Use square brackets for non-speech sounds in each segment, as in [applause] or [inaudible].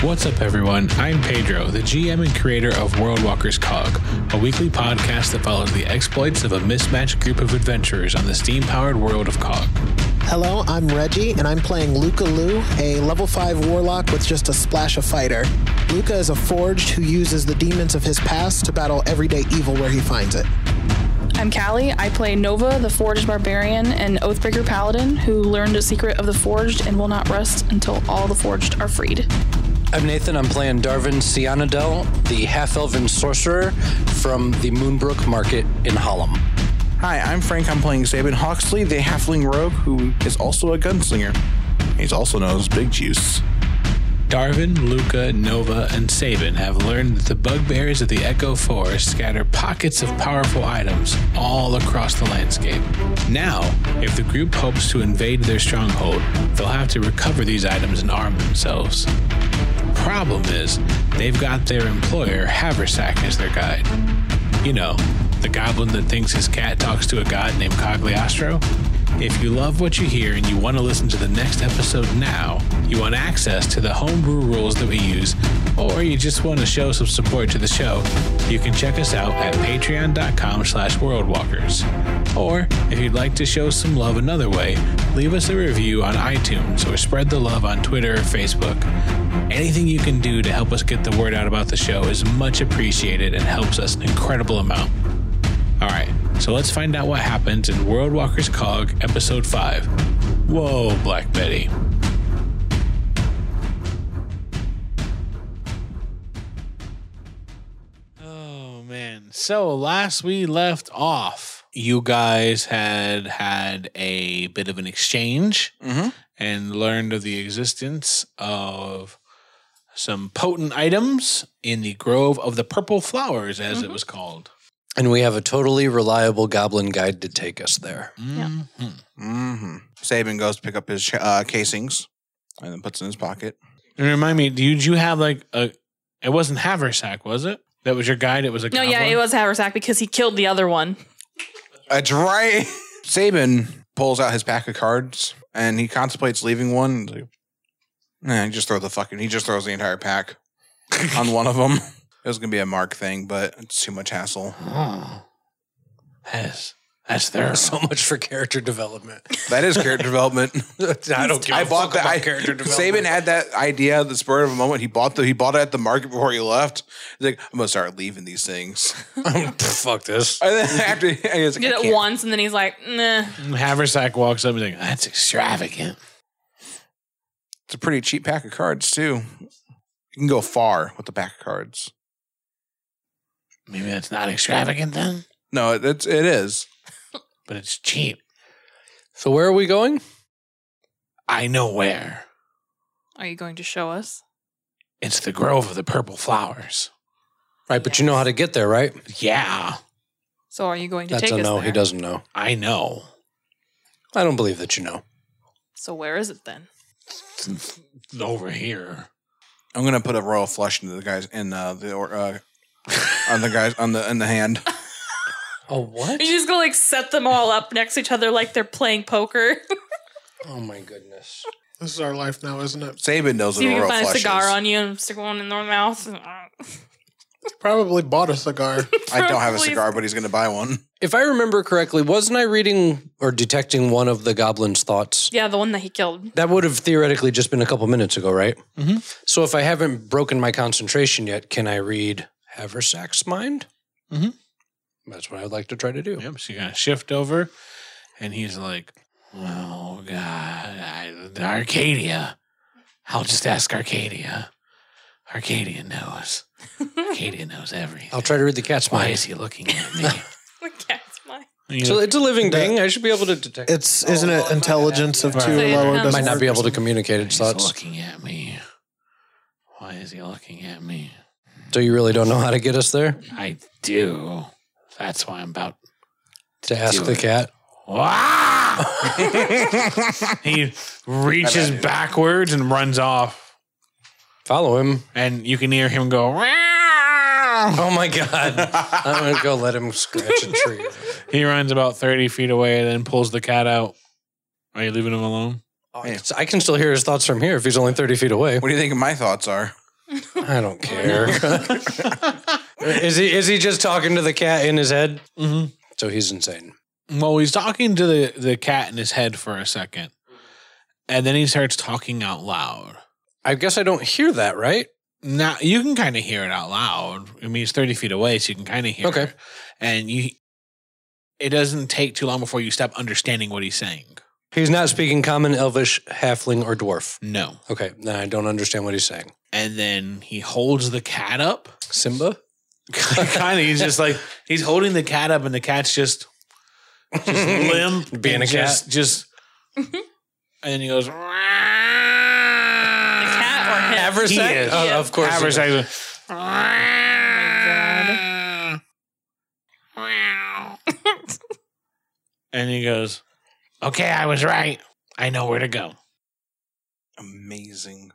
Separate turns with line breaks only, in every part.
What's up, everyone? I'm Pedro, the GM and creator of World Walkers Cog, a weekly podcast that follows the exploits of a mismatched group of adventurers on the steam powered world of Cog.
Hello, I'm Reggie, and I'm playing Luca Lu, a level 5 warlock with just a splash of fighter. Luca is a forged who uses the demons of his past to battle everyday evil where he finds it.
I'm Callie. I play Nova, the Forged Barbarian, and Oathbreaker Paladin, who learned a secret of the Forged and will not rest until all the Forged are freed.
I'm Nathan. I'm playing Darvin Cianadel, the half elven sorcerer from the Moonbrook Market in Harlem.
Hi, I'm Frank. I'm playing Zabin Hawksley, the halfling rogue who is also a gunslinger. He's also known as Big Juice.
Darvin, Luca, Nova, and Sabin have learned that the bugbears of the Echo Forest scatter pockets of powerful items all across the landscape. Now, if the group hopes to invade their stronghold, they'll have to recover these items and arm themselves. Problem is, they've got their employer, Haversack, as their guide. You know, the goblin that thinks his cat talks to a god named Cagliostro? If you love what you hear and you want to listen to the next episode now, you want access to the homebrew rules that we use, or you just want to show some support to the show, you can check us out at patreon.com slash worldwalkers. Or if you'd like to show some love another way, leave us a review on iTunes or spread the love on Twitter or Facebook. Anything you can do to help us get the word out about the show is much appreciated and helps us an incredible amount. All right, so let's find out what happens in World Walkers Cog, Episode 5. Whoa, Black Betty. Oh, man. So last we left off, you guys had had a bit of an exchange
Mm-hmm.
Mhm.
and learned of the existence of some potent items in the Grove of the Purple Flowers, as
Mm-hmm.
it was called.
And we have a totally reliable goblin guide to take us there. [laughs]
Yeah.
Mhm.
Mm-hmm. Sabin goes to pick up his uh, casings and then puts it in his pocket.
And remind me, did you have like a? It wasn't Haversack, was it? That was your guide. It was a
No, yeah,
goblin?
it was Haversack because he killed the other one.
That's right. [laughs] Sabin pulls out his pack of cards and he contemplates leaving one. And he's like, nah, he just throws the fucking. He just throws the entire pack on one of them. [laughs] It was gonna be a mark thing, but it's too much hassle.
Oh. That's that's their.
There's so much for character development.
That is [laughs] character development.
[laughs] I don't care.
I bought that. I,
character [laughs]
[laughs] Saban
development.
had that idea at the spur of a moment. He bought the. He bought it at the market before he left. He's like, I'm gonna start leaving these things. [laughs]
Fuck this.
And then [laughs] after he was like,
Did
I
it
can't.
once, and then he's like, nah.
Haversack walks up and like, that's extravagant.
it's a pretty cheap pack of cards too. You can go far with the pack of cards.
Maybe that's not extravagant then,
No, it, it's it is.
but it's cheap.
So where are we going?
I know where.
Are you going to show us?
It's the Grove of the Purple Flowers.
Right, but you know how to get there, right?
Yeah,
So are you going to
That's
take
a
us
no.
there?
He doesn't know.
I know.
I don't believe that you know.
So where is it then?
It's over here.
I'm gonna put a royal flush into the guys in uh, the or, uh, [laughs] on the guys on the in the hand.
Oh what?
You just go like set them all up next to each other like they're playing poker.
[laughs]
[laughs]
Oh my goodness.
This is our life now, isn't it?
Saban knows
See if
what a
you can
royal
find
flush
a cigar
is.
on you and stick one in their mouth.
Probably bought a cigar.
I don't have
[laughs]
a
Please.
cigar, but he's gonna buy one.
If I remember correctly, wasn't I reading or detecting one of the goblin's thoughts?
Yeah, the one that he
[laughs]
killed.
That would have theoretically just been a couple minutes ago, right?
Mhm.
So if I haven't broken my concentration yet, can I read Haversack's mind?
Mhm.
That's what I would like to try to do.
Yep, so you gotta shift over, and he's like, "Oh God, I, Arcadia! I'll just ask Arcadia. Arcadia knows. Arcadia knows everything.
I'll try to read the cat's
Why
mind.
is he looking at me?
The cat's mind.
And he's
So
like,
it's a living
The-
being. I should be able to detect. It
It's isn't it intelligence of two
Right.
or lower?
Might
doesn't
might not
work
be
or
able to
something?
communicate its
he's
thoughts.
looking at me. Why is he looking at me?
So you really don't know how to get us there
I do. That's why I'm about.
to ask
Do
the
it.
cat.
Ah! [laughs] he reaches backwards and runs off,
Follow him.
and you can hear him go. "Wow!"
Oh my god! I'm gonna go let him scratch a tree.
He runs about 30 feet away and then pulls the cat out. Are you leaving him alone?
Oh, I can- I can still hear his thoughts from here if he's only 30 feet away.
What do you think my thoughts are?
I don't care. [laughs] is he is he just talking to the cat in his head?
Mhm.
So he's insane.
Well, he's talking to the, the cat in his head for a second, and then he starts talking out loud.
I guess I don't hear that, right?
Now you can kind of hear it out loud. I mean, it's thirty feet away, so you can kind of hear.
Okay.
it. and you, it doesn't take too long before you stop understanding what he's saying.
He's not speaking common, elvish, halfling, or dwarf.
No,
Okay, then I don't understand what he's saying.
and then he holds the cat
[laughs]
up.
Simba?
kind of, he's just like he's holding the cat up, and the cat's just
[laughs]
just limp,
Being
and
a cat.
just, just and then he goes. The cat
or him?
He
Haversack?
is.
Oh, Of course.
Average
Haversack.
size. [laughs] and he goes, "Okay, I was right. I know where to go."
Amazing.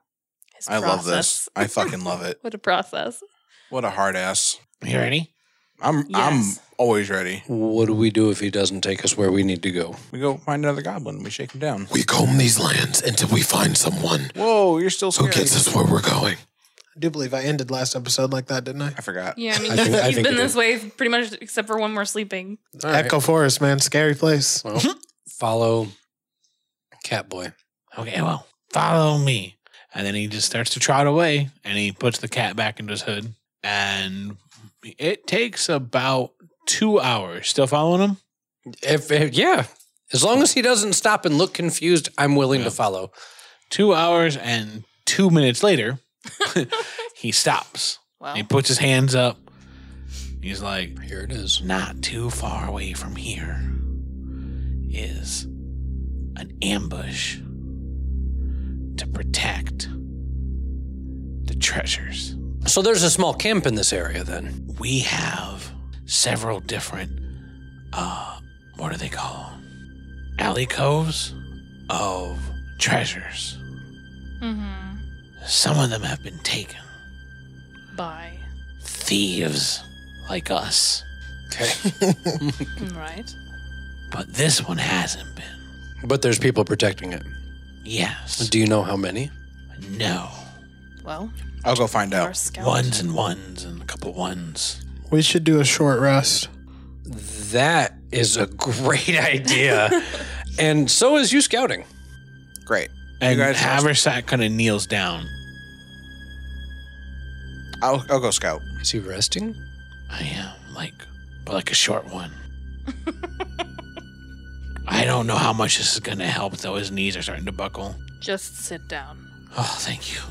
His
I love this.
process.
I fucking love it.
What a process.
What a hard ass.
You ready?
I'm
Yes.
I'm always ready.
What do we do if he doesn't take us where we need to go?
We go find another goblin. We shake him down.
We comb these lands until we find someone
Whoa, you're still
who
scared.
gets us where we're going.
I do believe I ended last episode like that, didn't I?
I forgot.
Yeah, I mean,
I think- I
you've
think
been
you
this way pretty much except for when we're sleeping.
All right.
Echo Forest, man, scary place.
Follow Catboy.
Okay, well, follow me. And then he just starts to trot away, and he puts the cat back into his hood. And it takes about two hours. Still following him?
If, if- yeah, as long as he doesn't stop and look confused, I'm willing to follow.
Two hours and two minutes later, he stops.
Well,
He puts his hands up. He's like,
Here it is.
not too far away from here is an ambush to protect the treasures.
So there's a small camp in this area then.
We have several different, uh, what do they call them? Alley coves of treasures.
mm-hmm.
Some of them have been taken.
bye.
Thieves like us.
Right.
But this one hasn't been.
But there's people protecting it.
Yes.
Do you know how many?
No.
Well,
I'll go find
our
out.
scout.
Ones and ones and a couple ones.
[laughs] We should do a short rest.
That is a great [laughs] idea. and so is you scouting.
Great.
And
You guys-
Haversack kind of kneels down.
I'll I'll go scout.
Is he resting?
I am like, but like a short one. I don't know how much this is gonna help though. His knees are starting to buckle.
Just
[laughs]
sit down.
Oh, thank you.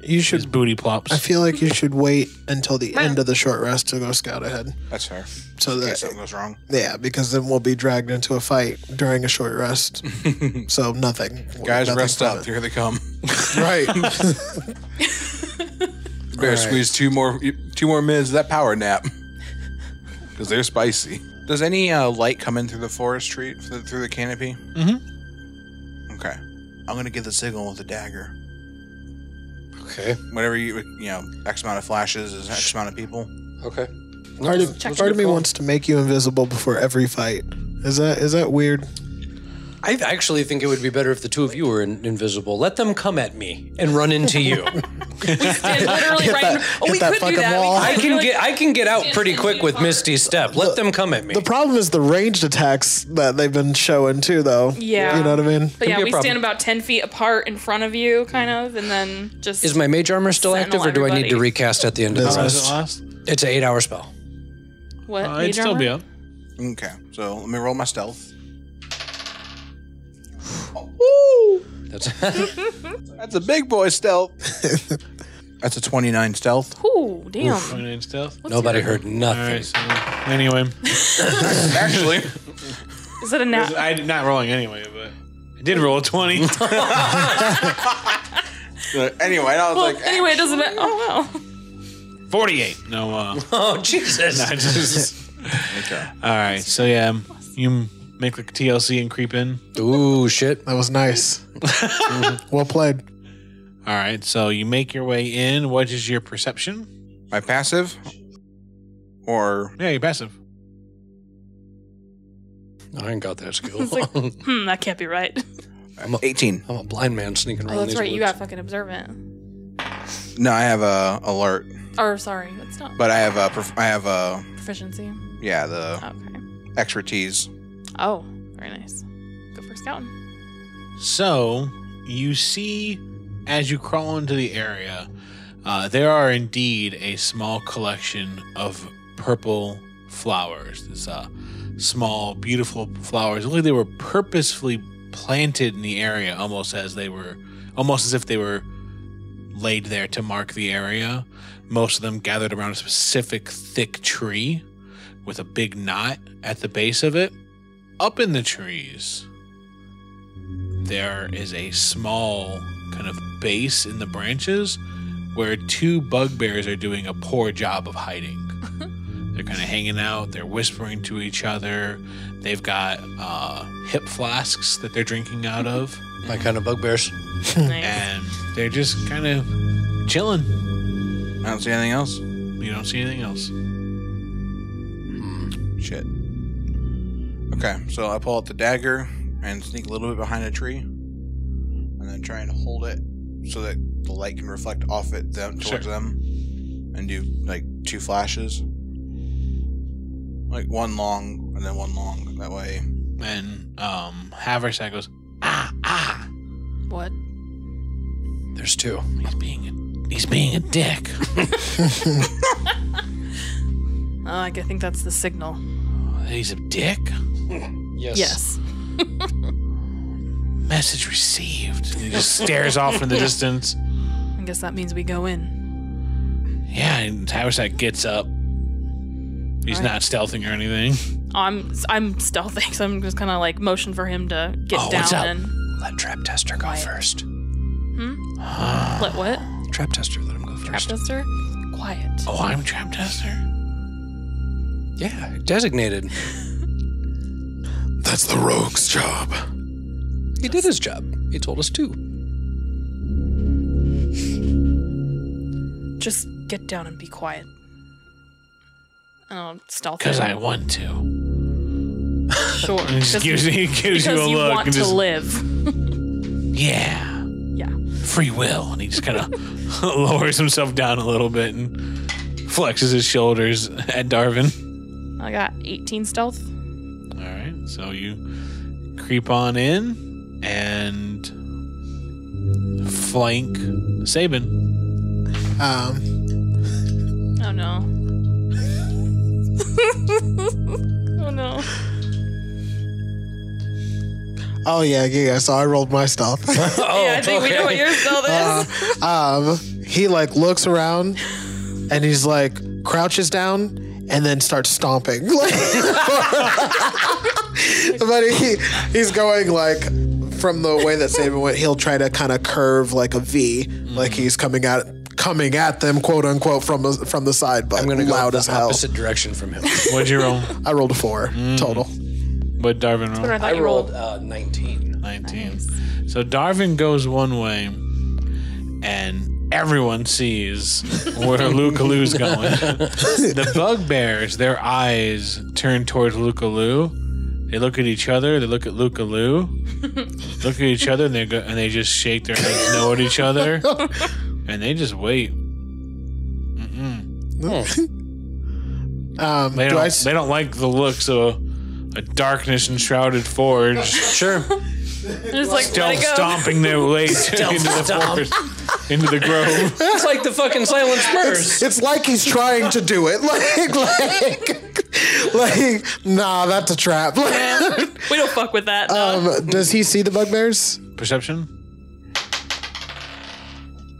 You
His
should.
booty plops.
I feel like you should wait until the end of the short rest to go scout ahead.
That's fair.
So
In case
that
something goes wrong.
yeah, because then we'll be dragged into a fight during a short
[laughs]
rest. so nothing,
Guys,
nothing
rest
from
up.
it.
Here they [laughs] come.
Right.
Better squeeze two more two more minutes of that power nap because they're spicy. Does any uh, light come in through the forest tree through the, through the canopy? Mm-hmm. Okay, I'm gonna give the signal with a dagger.
Okay.
Whenever you you know X amount of flashes is X amount of people.
Okay.
part of,
Check
part of me
your phone.
wants to make you invisible before every fight. Is that is that weird?
I actually think it would be better if the two of you were in- invisible. Let them come at me and run into [laughs] you.
And literally right. in-
that-
oh, we
hit that
could do
fucking
that. We
wall.
could
I
do,
can
like,
get I can get out pretty quick with Misty's step. Let them come at me.
The problem is the ranged attacks that they've been showing too, though.
Yeah.
you know what I mean.
But yeah,
be a
we
problem.
stand about ten feet apart in front of you, kind of, and then just
Is my mage armor still
Sentinel
active, or do I need to
everybody.
recast at the end of the
Doesn't
rest?
Does it last?
It's an eight-hour spell.
what?
Uh, it'd
mage
still
armor?
be up.
Okay, so let me roll my stealth.
That's [laughs]
That's a big boy stealth. [laughs] That's a 29 stealth.
Ooh, damn.
Twenty-nine stealth.
nobody heard
All
nothing.
right. So [laughs] anyway,
Actually,
Is it a nat?
I'm not rolling anyway, but I did roll a [laughs] twenty.
So anyway, I was
well,
like,
[laughs] anyway, it doesn't matter. Oh wow.
Forty-eight. No. Uh,
Oh Jesus!
I just-
Okay.
all right. So yeah, you make the TLC and creep in.
Ooh shit!
That was nice.
[laughs]
well played.
All right, so you make your way in. What is your perception?
my passive or
Yeah, your passive.
I ain't got that skill. [laughs]
Hmm, that can't be right.
18.
I'm a blind man sneaking around.
Oh, that's
these
right. You
woods.
got fucking observant.
No, I have a alert,
Or sorry, it's not
but I have a prof- I have a
proficiency.
yeah the
Okay.
expertise.
Oh, very nice. Good
[laughs]
for scouting.
So you see, as you crawl into the area, uh, there are indeed a small collection of purple flowers. This uh, small, beautiful flowers. It looked like they were purposefully planted in the area, almost as they were, almost as if they were laid there to mark the area. Most of them gathered around a specific thick tree with a big knot at the base of it. Up in the trees, there is a small kind of base in the branches where two bugbears are doing a poor job of hiding. they're kind of hanging out, they're whispering to each other. They've got uh, hip flasks that they're drinking out of,
My kind of bugbears.
nice.
and they're just kind of chilling.
I don't see anything else.
You don't see anything else.
Shit. Okay, so I pull out the dagger and sneak a little bit behind a tree, and then try and hold it so that the light can reflect off it them towards
Sure.
them, and do like two flashes, like one long and then one long. That way,
And um, Haversack goes, ah, ah,
What?
There's two.
he's being a, he's being a dick.
Oh, I g- think that's the signal.
he's a dick?
Yes.
Yes.
Message received. And he just stares off in the distance.
I guess that means we go in.
Yeah, and Haversack gets up. He's
Alright.
not stealthing or anything.
Oh, I'm I'm stealthing, [laughs] so I'm just kind of like motion for him to get
Oh,
down
what's up?
and
Let trap tester go first.
let what?
Trap tester, let him go first.
Trapduster? Quiet.
Oh, I'm Trap Tester.
yeah,
[laughs]
designated.
That's the rogue's job.
He did his job. He told us to.
Just get down and be quiet. And I'll stealth.
Because
him.
I want to. [laughs]
sure.
And he just
Just
gives, he gives
because
you a
you
look.
want
and
to
just,
live.
Yeah,
Yeah.
free will. And he just kind of [laughs] lowers himself down a little bit and flexes his shoulders at Darvin.
I got 18 stealth.
All right, so you creep on in and flank Sabin.
Um,
Oh no. [laughs] oh no.
oh yeah, yeah, yeah. So I rolled my stealth.
[laughs]
Oh,
yeah, I think we know what your
[laughs]
stealth is.
Uh, um, he like looks around and he's like crouches down and then starts stomping. [laughs] Like- but he he's going like from the way that Saban went, he'll try to kind of curve like a V, like he's coming at coming at them, quote unquote, from the- from the side. But
I'm gonna go
loud
the
as hell.
opposite direction from
[laughs]
him.
What'd you roll?
I rolled a four total.
What'd Darvin roll?
But I thought
I
you rolled.
rolled uh, 19.
19. So Darvin goes one way, and everyone sees
[laughs]
where Lukaloo's going. the bugbears, their eyes turn towards Lukaloo. They look at each other. They look at Lukaloo.
[laughs]
look at each other, and they go, and they just shake their heads no at each
[laughs]
other, and they just wait.
Hmm.
[laughs] Um,
They
do
don't.
I s-
they don't like the looks of a darkness enshrouded forge.
Sure.
Just like let
Stealth
it go. [laughs]
stomping their way into the forest, into the grove.
It's like the
[laughs]
fucking silent spurs.
[laughs] It's like he's trying to do it. [laughs] Like, like, like, nah, that's a trap.
[laughs]
[laughs]
We don't fuck with that.
Uh,
no.
um, does he see the bugbears?
Perception?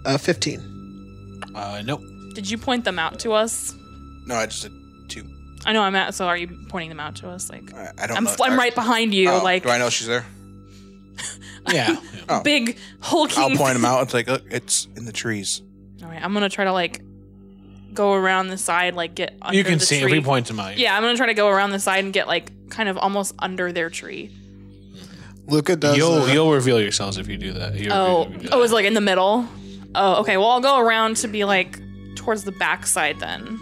Uh, 15.
Uh, nope.
Did you point them out to us?
no, I just did two.
I know I'm at. So are you pointing them out to us? Like
I, I don't.
I'm,
know.
I'm right behind you.
Oh,
like
do I know she's there?
[laughs] Yeah.
big hulking.
I'll point him out. It's like look, it's in the trees.
All right, I'm gonna try to like go around the side, like get under
you can
the
see
tree.
if we point them out.
Yeah, I'm gonna try to go around the side and get like kind of almost under their tree.
Luca does.
You'll
uh,
you'll reveal yourselves if you do that. You'll-
Oh,
[laughs] you'll do that.
oh, it's like in the middle. Oh, okay. Well, I'll go around to be like towards the backside then.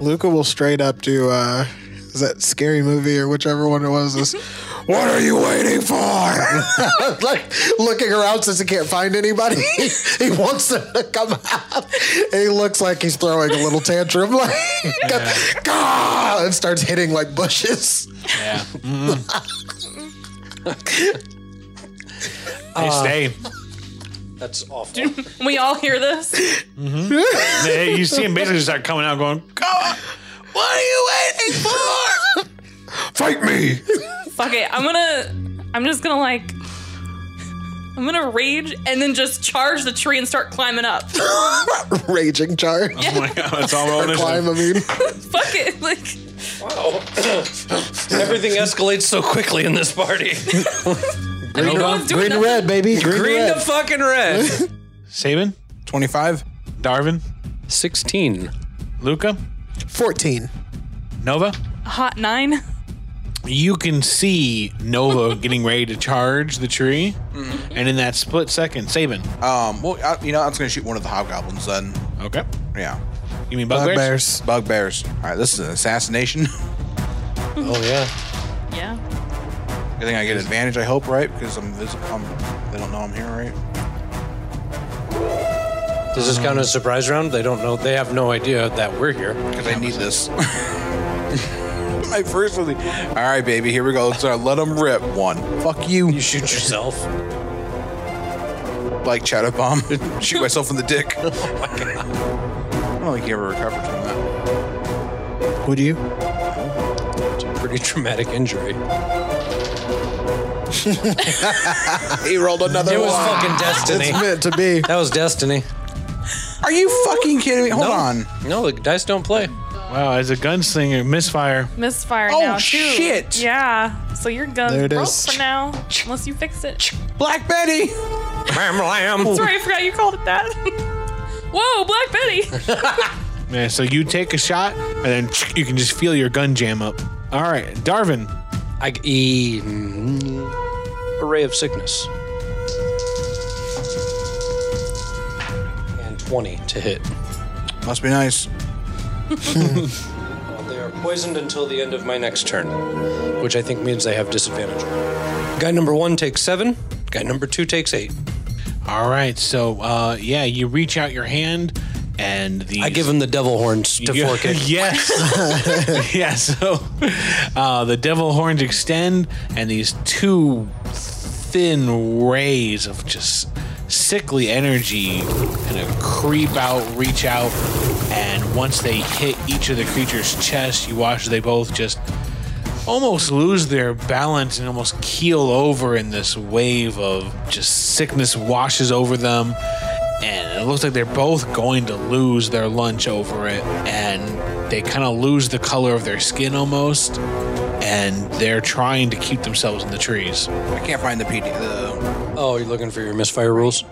Luca will straight up do, uh, is that scary movie or whichever one it was? This
What are you waiting for?
[laughs] like looking around since he can't find anybody. [laughs] he wants them to come out. And he looks like he's throwing a little tantrum, [laughs] like "Gah!" and starts hitting like bushes. [laughs]
Yeah.
Oh.
they
[laughs]
stay.
That's awful.
We all hear this.
They- you see him basically start coming out going, "Go!"
Fight me!
Fuck it. I'm gonna. I'm just gonna like. I'm gonna rage and then just charge the tree and start climbing up.
Raging charge.
[laughs]
Oh my god, that's all rolling
Climb, I [laughs] mean.
[laughs] Fuck it. Like.
Oh. [laughs] Everything escalates so quickly in this party.
Everyone's doing
Green
nothing.
red, baby. Green,
Green
red.
to fucking red. [laughs]
Saban,
25.
Darvin,
16.
Luca,
14.
Nova.
Hot nine.
You can see Nova [laughs] getting ready to charge the tree, and in that split second, Saban.
Um, well, I, you know, I was going to shoot one of the hobgoblins then.
Okay.
Yeah.
You mean bugbears?
Bugbears. All right, this is an assassination. [laughs]
Oh, yeah.
Yeah.
I think I get advantage, I hope, right? Because I'm visible. I'm, they don't know I'm here, right?
Does this count as a surprise round? They don't know. They have no idea that we're here.
Because I need this. [laughs] My first one. All right, baby, here we go. Let's start. Let them rip. One. Fuck you.
You shoot yourself.
Like Shadow Bomb. [laughs] Shoot myself in the dick. [laughs] oh my God. I don't think you ever recovered from that.
Would you?
It's a pretty traumatic injury.
He rolled another
It was
one.
fucking destiny.
It's meant to be.
That was destiny.
Are you fucking kidding me? Hold
no.
on.
No, the dice don't play.
Wow, as a gunslinger, misfire.
Misfire
Oh,
now too.
shit.
Yeah. So your
There
gun's
it
broke
is.
for now, unless you fix it.
Black Betty!
Bam, lamb.
Sorry, I forgot you called it that. [laughs] Whoa, Black Betty. [laughs]
Yeah, so you take a shot, and then you can just feel your gun jam up. All right, Darvin.
I e mm, array of sickness. And 20 to hit.
Must be nice.
Well, they are poisoned until the end of my next turn, which I think means they have disadvantage. Guy number one takes seven. Guy number two takes eight.
All right, so uh, yeah, you reach out your hand, and the [laughs]
I give him the devil horns [laughs] to
Yeah,
fork
[laughs]
it.
Yes. [laughs] yeah, so uh, the devil horns extend, and these two thin rays of just sickly energy kind of creep out, reach out, and once they hit each of the creature's chest, you watch they both just almost lose their balance and almost keel over in this wave of just sickness washes over them and it looks like they're both going to lose their lunch over it and they kind of lose the color of their skin almost and they're trying to keep themselves in the trees all
I can't find the PD. The,
Oh, you're looking for your misfire rules?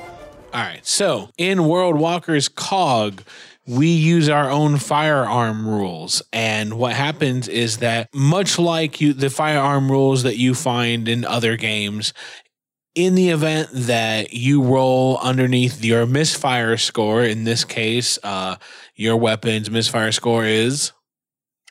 right so in world walker's cog we use our own firearm rules and what happens is that much like you the firearm rules that you find in other games in the event that you roll underneath your misfire score, in this case, uh, your weapon's misfire score is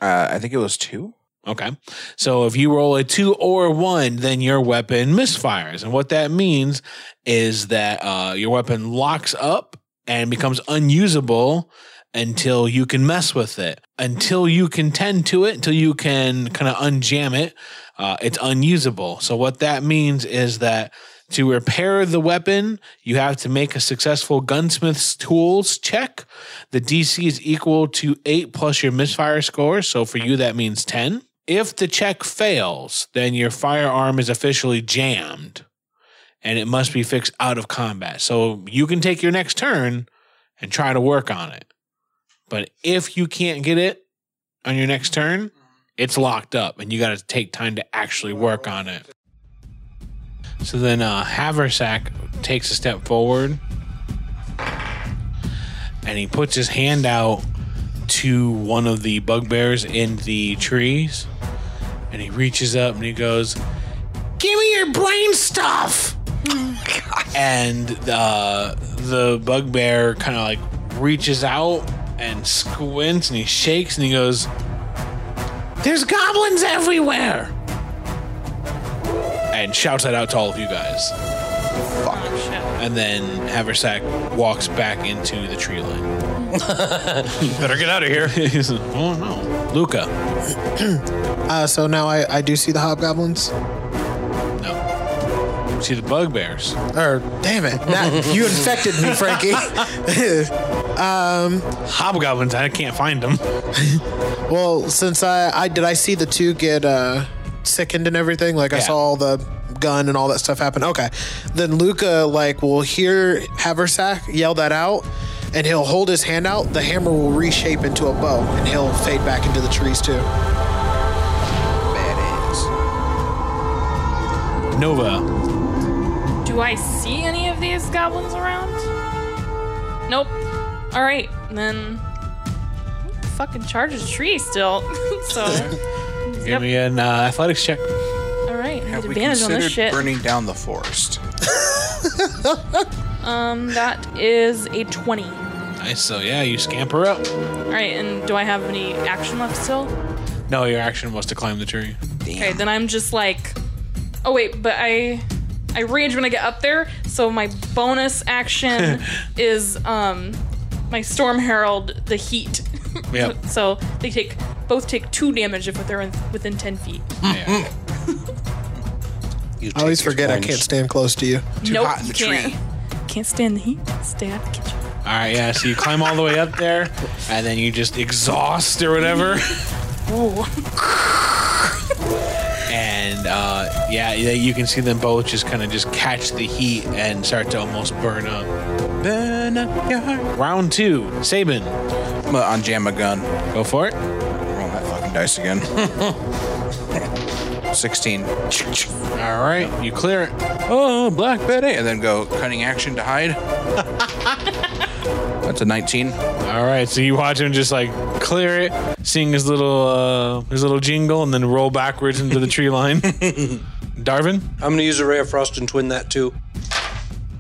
uh, I think it was two.
okay. So if you roll a two or a one, then your weapon misfires, and what that means is that uh, your weapon locks up and becomes unusable until you can mess with it, until you can tend to it, until you can kind of unjam it. Uh, it's unusable. So what that means is that to repair the weapon, you have to make a successful gunsmith's tools check. The DC is equal to eight plus your misfire score. So for you, that means 10. If the check fails, then your firearm is officially jammed and it must be fixed out of combat. So you can take your next turn and try to work on it. But if you can't get it on your next turn, it's locked up and you got to take time to actually work on it. So then uh, Haversack takes a step forward and he puts his hand out to one of the bugbears in the trees and he reaches up and he goes, Give me your brain stuff! and uh, the bugbear kind of like reaches out and squints and he shakes and he goes, There's goblins everywhere! and shouts that out to all of you guys.
Oh,
And then Haversack walks back into the tree line.
[laughs] Better get out of
[laughs]
here.
He's like, oh no. Luca.
Uh, so now I, I do see the hobgoblins.
No. See the bugbears.
Er,
Or damn it, Matt, you infected me,
[laughs]
Frankie.
Hobgoblins, I can't find them.
well, since I, I did, I see the two get uh, sickened and everything. Like I
Yeah.
saw all the gun and all that stuff happen. Okay, then Luca like will hear Haversack yell that out, and he'll hold his hand out. The hammer will reshape into a bow, and he'll fade back into the trees too.
Nova.
shit. Do I see any of these goblins around? Nope. All right, then. Fucking charge a tree still. [laughs]
[laughs]
so,
Give me an uh, athletics check.
all right, I have
Have we
advantage on this
considered
shit.
burning down the forest?
Um, that is a twenty. All
Nice. So yeah, you scamper up.
right, and do I have any action left still?
No, your action was to climb the tree.
Okay, then I'm just like, oh wait, but I, I rage when I get up there. So my bonus
[laughs]
action is um, my storm herald, the heat.
Yep.
so they take both take two damage if they're in, within ten feet.
Yeah.
You
I always forget I can't stand close to you.
nope,
hot in
you
the
can't.
tree.
Can't stand the heat. Stay out of the kitchen.
all right. Yeah. So you climb all the way up there, and then you just exhaust or whatever.
Whoa.
[laughs] and uh, yeah, yeah, you can see them both just kind of just catch the heat and start to almost burn up. Burn up your heart. Round two, Saban,
I'm gonna unjam my gun.
go for it.
Roll that fucking dice [laughs] again. 16.
All right, you clear it.
[laughs] Oh, Black Betty. And then go cunning action to [laughs] hide. That's a 19.
All right, so you watch him just like clear it, sing his little uh, his little jingle, and then roll backwards into the tree line. Darvin,
I'm gonna use a ray of frost and twin that too.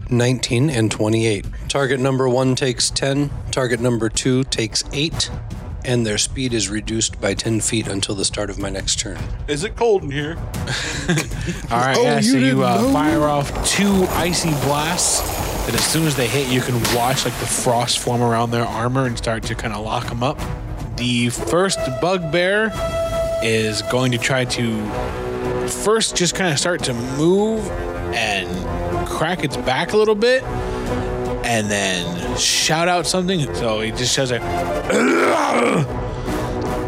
19 and 28. Target number one takes 10. Target number two takes eight, and their speed is reduced by 10 feet until the start of my next turn.
Is it cold in here?
All right, yeah. so you uh, fire off two icy blasts, and as soon as they hit, you can watch like the frost form around their armor and start to kind of lock them up. The first bugbear is going to try to first just kind of start to move and crack its back a little bit, and then shout out something. So he just says a,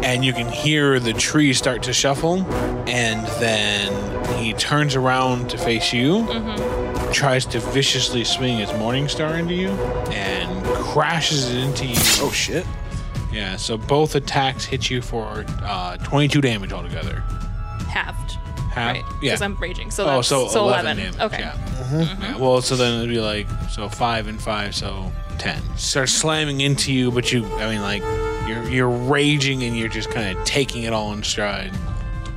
and you can hear the tree start to shuffle, and then he turns around to face you,
Mm-hmm.
tries to viciously swing his morning star into you, and crashes it into you.
Oh, shit.
Yeah, so both attacks hit you for uh, 22 damage altogether.
Halved.
Half,
Right.
yeah.
Because I'm raging. So
oh,
that's
so, 11. damage,
Okay. Mm-hmm.
Yeah. Yeah, Well, so then it'd be like so five and five, so ten. Starts slamming into you, but you, I mean, like you're you're raging and you're just kind of taking it all in stride.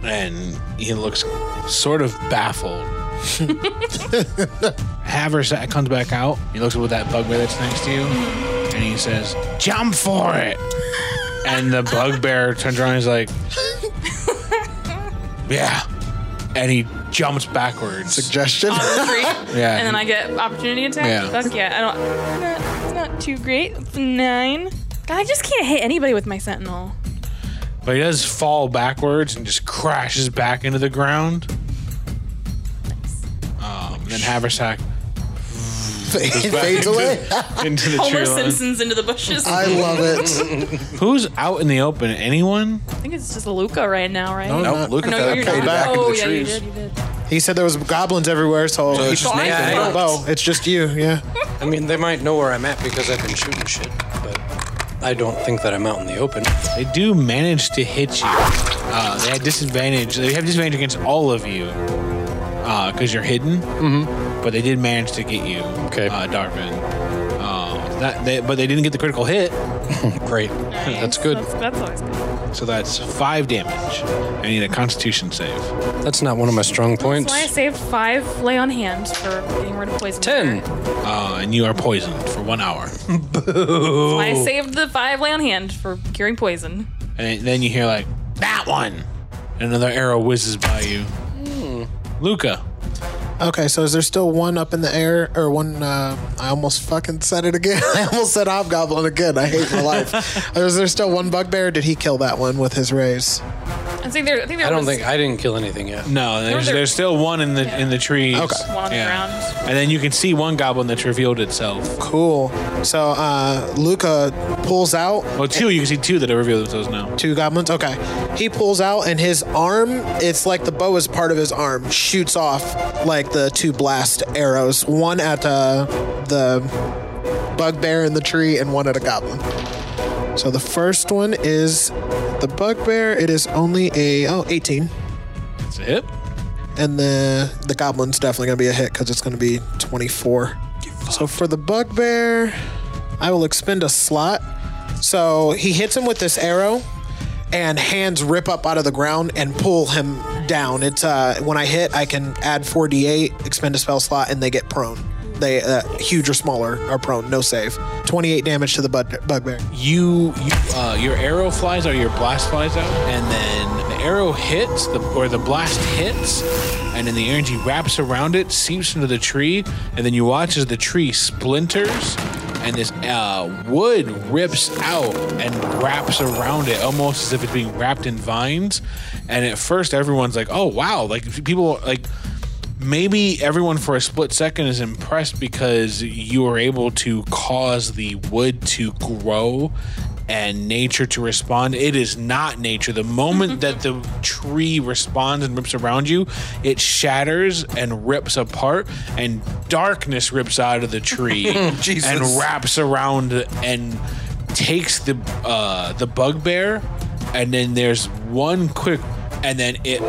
And he looks sort of baffled.
[laughs]
Haversack comes back out. He looks at that bugbear that's next to you, and he says, "Jump for it!" And the bugbear turns around. and He's
[laughs]
like, "Yeah," and he jumps backwards.
Suggestion.
[laughs]
Three.
Yeah.
And then I get opportunity attack.
Yeah.
Fuck yeah. I don't. Not, it's not too great. It's a nine. God, I just can't hit anybody with my sentinel.
But he does fall backwards and just crashes back into the ground. Um, and then Haversack [laughs]
[laughs]
fades away.
into the
Homer
tree line.
Simpson's into the bushes.
I
I,
love it.
Who's out in the open? Anyone?
think it's just Luca right now, right?
No, look
Or
at
no,
that.
you're
Fade
not.
back into
oh,
the
yeah,
trees.
you did. You did.
he said there was goblins everywhere, so,
So
he
it's just
Fine.
naked.
Yeah,
Yeah,
I-
bow. It's just you, yeah.
I mean, they might know where I'm at because I've been shooting shit, but I don't think that I'm out in the open.
They do manage to hit you. Uh, they had disadvantage. They have disadvantage against all of you because you're hidden. Mm-hmm. But they did manage to get you,
Okay.
uh, Darvin. Uh, that, they, but they didn't get the critical hit.
Great. [laughs] That's good.
That's, that's always good.
So that's five damage. I need a constitution save.
That's not one of my strong
That's
points.
why I saved five lay on hand for getting rid of poison.
10.
Uh, and you are poisoned for one hour.
That's why I saved the five lay on hand for curing poison.
And then you hear like that one, and another arrow whizzes by you. Luca,
Okay, so is there still one up in the air or one? Uh, I almost fucking said it again. [laughs] I almost said hobgoblin again. I hate my life. is there still one bugbear? Or did he kill that one with his rays?
I think there. I think there
I don't
was
think I didn't kill anything yet.
No, there's,
there-
there's still one in the in the trees.
Okay.
one on the
Yeah.
ground.
And then you can see one goblin that's revealed itself.
Cool. So uh, Luca pulls out
Well, two. You can see two that have revealed themselves now.
two goblins. Okay, he pulls out and his arm. It's like the bow is part of his arm. Shoots off like the two blast arrows. One at uh, the bugbear in the tree and one at a goblin. So the first one is the bugbear. It is only a oh 18.
That's a hit.
and the the goblin's definitely gonna be a hit because it's gonna be 24 so for the bugbear i will expend a slot so he hits him with this arrow and hands rip up out of the ground and pull him down it's uh when i hit i can add 4d8 expend a spell slot and they get prone they uh, huge or smaller are prone no save 28 damage to the bug- bugbear
You, you uh, your arrow flies or your blast flies out, and then the arrow hits the or the blast hits, and then the energy wraps around it, seeps into the tree, and then you watch as the tree splinters, and this uh, wood rips out and wraps around it, almost as if it's being wrapped in vines. And at first, everyone's like, "Oh wow!" Like people like. maybe everyone for a split second is impressed because you were able to cause the wood to grow and nature to respond. It is not nature. The moment that the tree responds and rips around you, it shatters and rips apart, and darkness rips out of the tree
Jesus.
and wraps around and takes the uh, the bugbear, and then there's one quick, and then it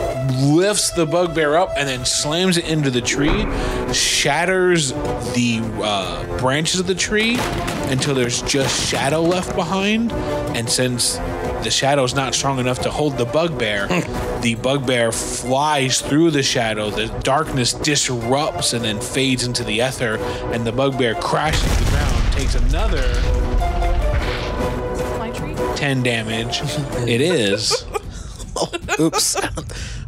lifts the bugbear up and then slams it into the tree, shatters the uh, branches of the tree until there's just shadow left behind, and since the shadow's not strong enough to hold the bugbear, the bugbear flies through the shadow. The darkness disrupts and then fades into the ether, and the bugbear crashes to the ground, takes another
My tree.
10 damage. It is.
oops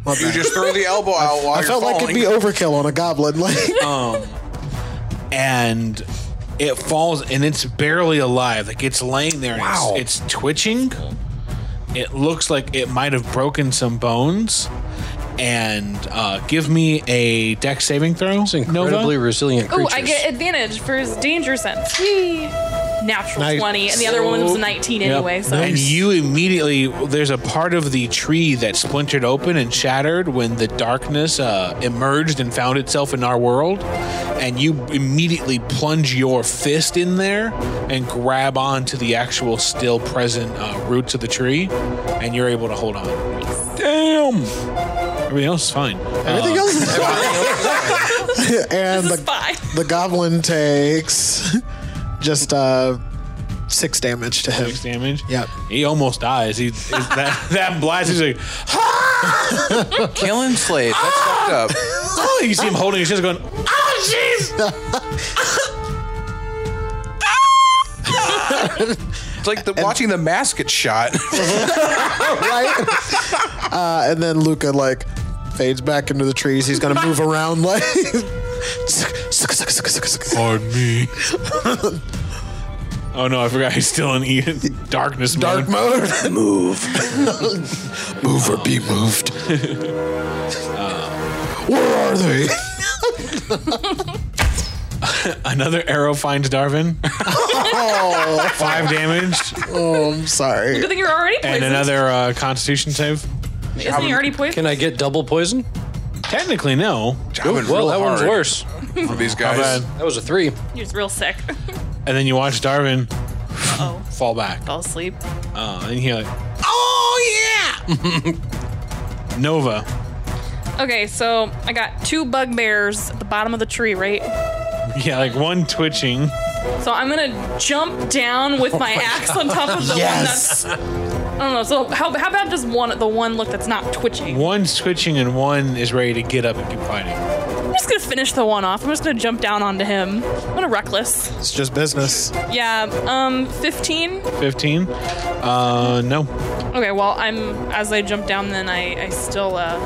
My
You
bad.
just throw the elbow out while
i
you're
felt like
falling.
it'd be overkill on a goblin like
and it falls and it's barely alive. Like it's laying there and it's, it's twitching. It looks like it might have broken some bones. And uh, give me a deck saving throw.
It's incredibly
Nova.
resilient
Oh,
creatures.
I get advantage for his danger sense. Whee! Natural
Nice.
20, and the other one was 19
Yep.
anyway, so.
And you immediately, there's a part of the tree that splintered open and shattered when the darkness uh, emerged and found itself in our world. And you immediately plunge your fist in there and grab onto the actual still present uh, roots of the tree, and you're able to hold on. Damn! Everything else is fine.
everything
Uh,
[laughs]
else is fine. and the
This
[laughs]
is [laughs] fine.
The goblin takes just uh six damage to him.
six damage.
Yep.
He almost dies. He, [laughs] he's- that, that blast is like, [laughs]
Killing Slade. That's fucked up.
oh, you see him holding his chest going, "Ah,
It's like the, watching the mask get shot. [laughs]
Right? uh, and then Luca like fades back into the trees. He's gonna move around like
Pardon me. [laughs] oh no, I forgot he's still in e- darkness
dark
mode.
mode.
Move.
Move or be moved. Where are they?
Another arrow finds [laughs] Darvin. Five damage
Oh, I'm sorry.
Good thing you're already
and
poisoned.
another uh, Constitution save.
Isn't he already poisoned?
Can I get double poison?
Technically, no.
Jobbing
well,
real
that
hard
one's worse.
for these
Bad.
guys.
That was a three.
He was real sick. [laughs]
And then you watch Darvin
oh.
fall back,
Fell asleep.
uh, and he like, oh yeah. [laughs] Nova,
Okay, so I got two bugbears at the bottom of the tree, right?
yeah, like one twitching.
So I'm gonna jump down
Oh
with my, axe on top of the
Yes.
one that's. I don't know. So how, how about just one the one look that's not twitching?
One's twitching, and one is ready to get up and keep fighting.
I'm just gonna finish the one off. I'm just gonna jump down onto him. I'm gonna reckless.
It's just business.
Yeah. Um, 15.
Fifteen. Uh, no.
Okay. Well, I'm as I jump down, then I I still uh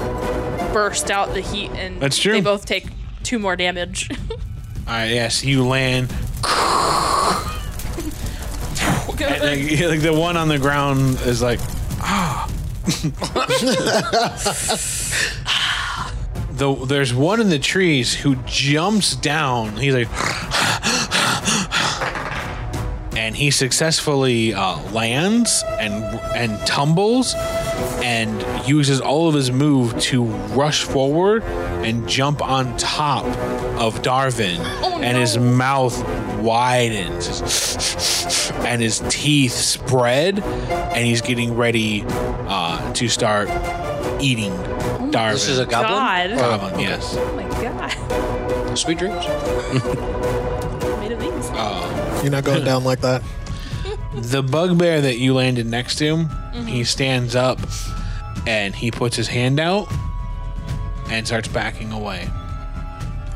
burst out the heat and
That's true.
They both take two more [laughs] damage.
All right, yes, you land. and, like, [laughs] like the one on the ground is like, ah. [laughs] the, there's one in the trees who jumps down. He's like, and he successfully uh, lands and and tumbles and uses all of his move to rush forward and jump on top of Darvin
Oh,
and his mouth widens and his teeth spread and he's getting ready uh, to start eating Darvin.
This is a goblin.
God.
goblin, yes.
Oh my god.
Sweet dreams.
Uh,
Made of these.
You're not going down like that.
the bugbear that you landed next to, he stands up and he puts his hand out and starts backing away.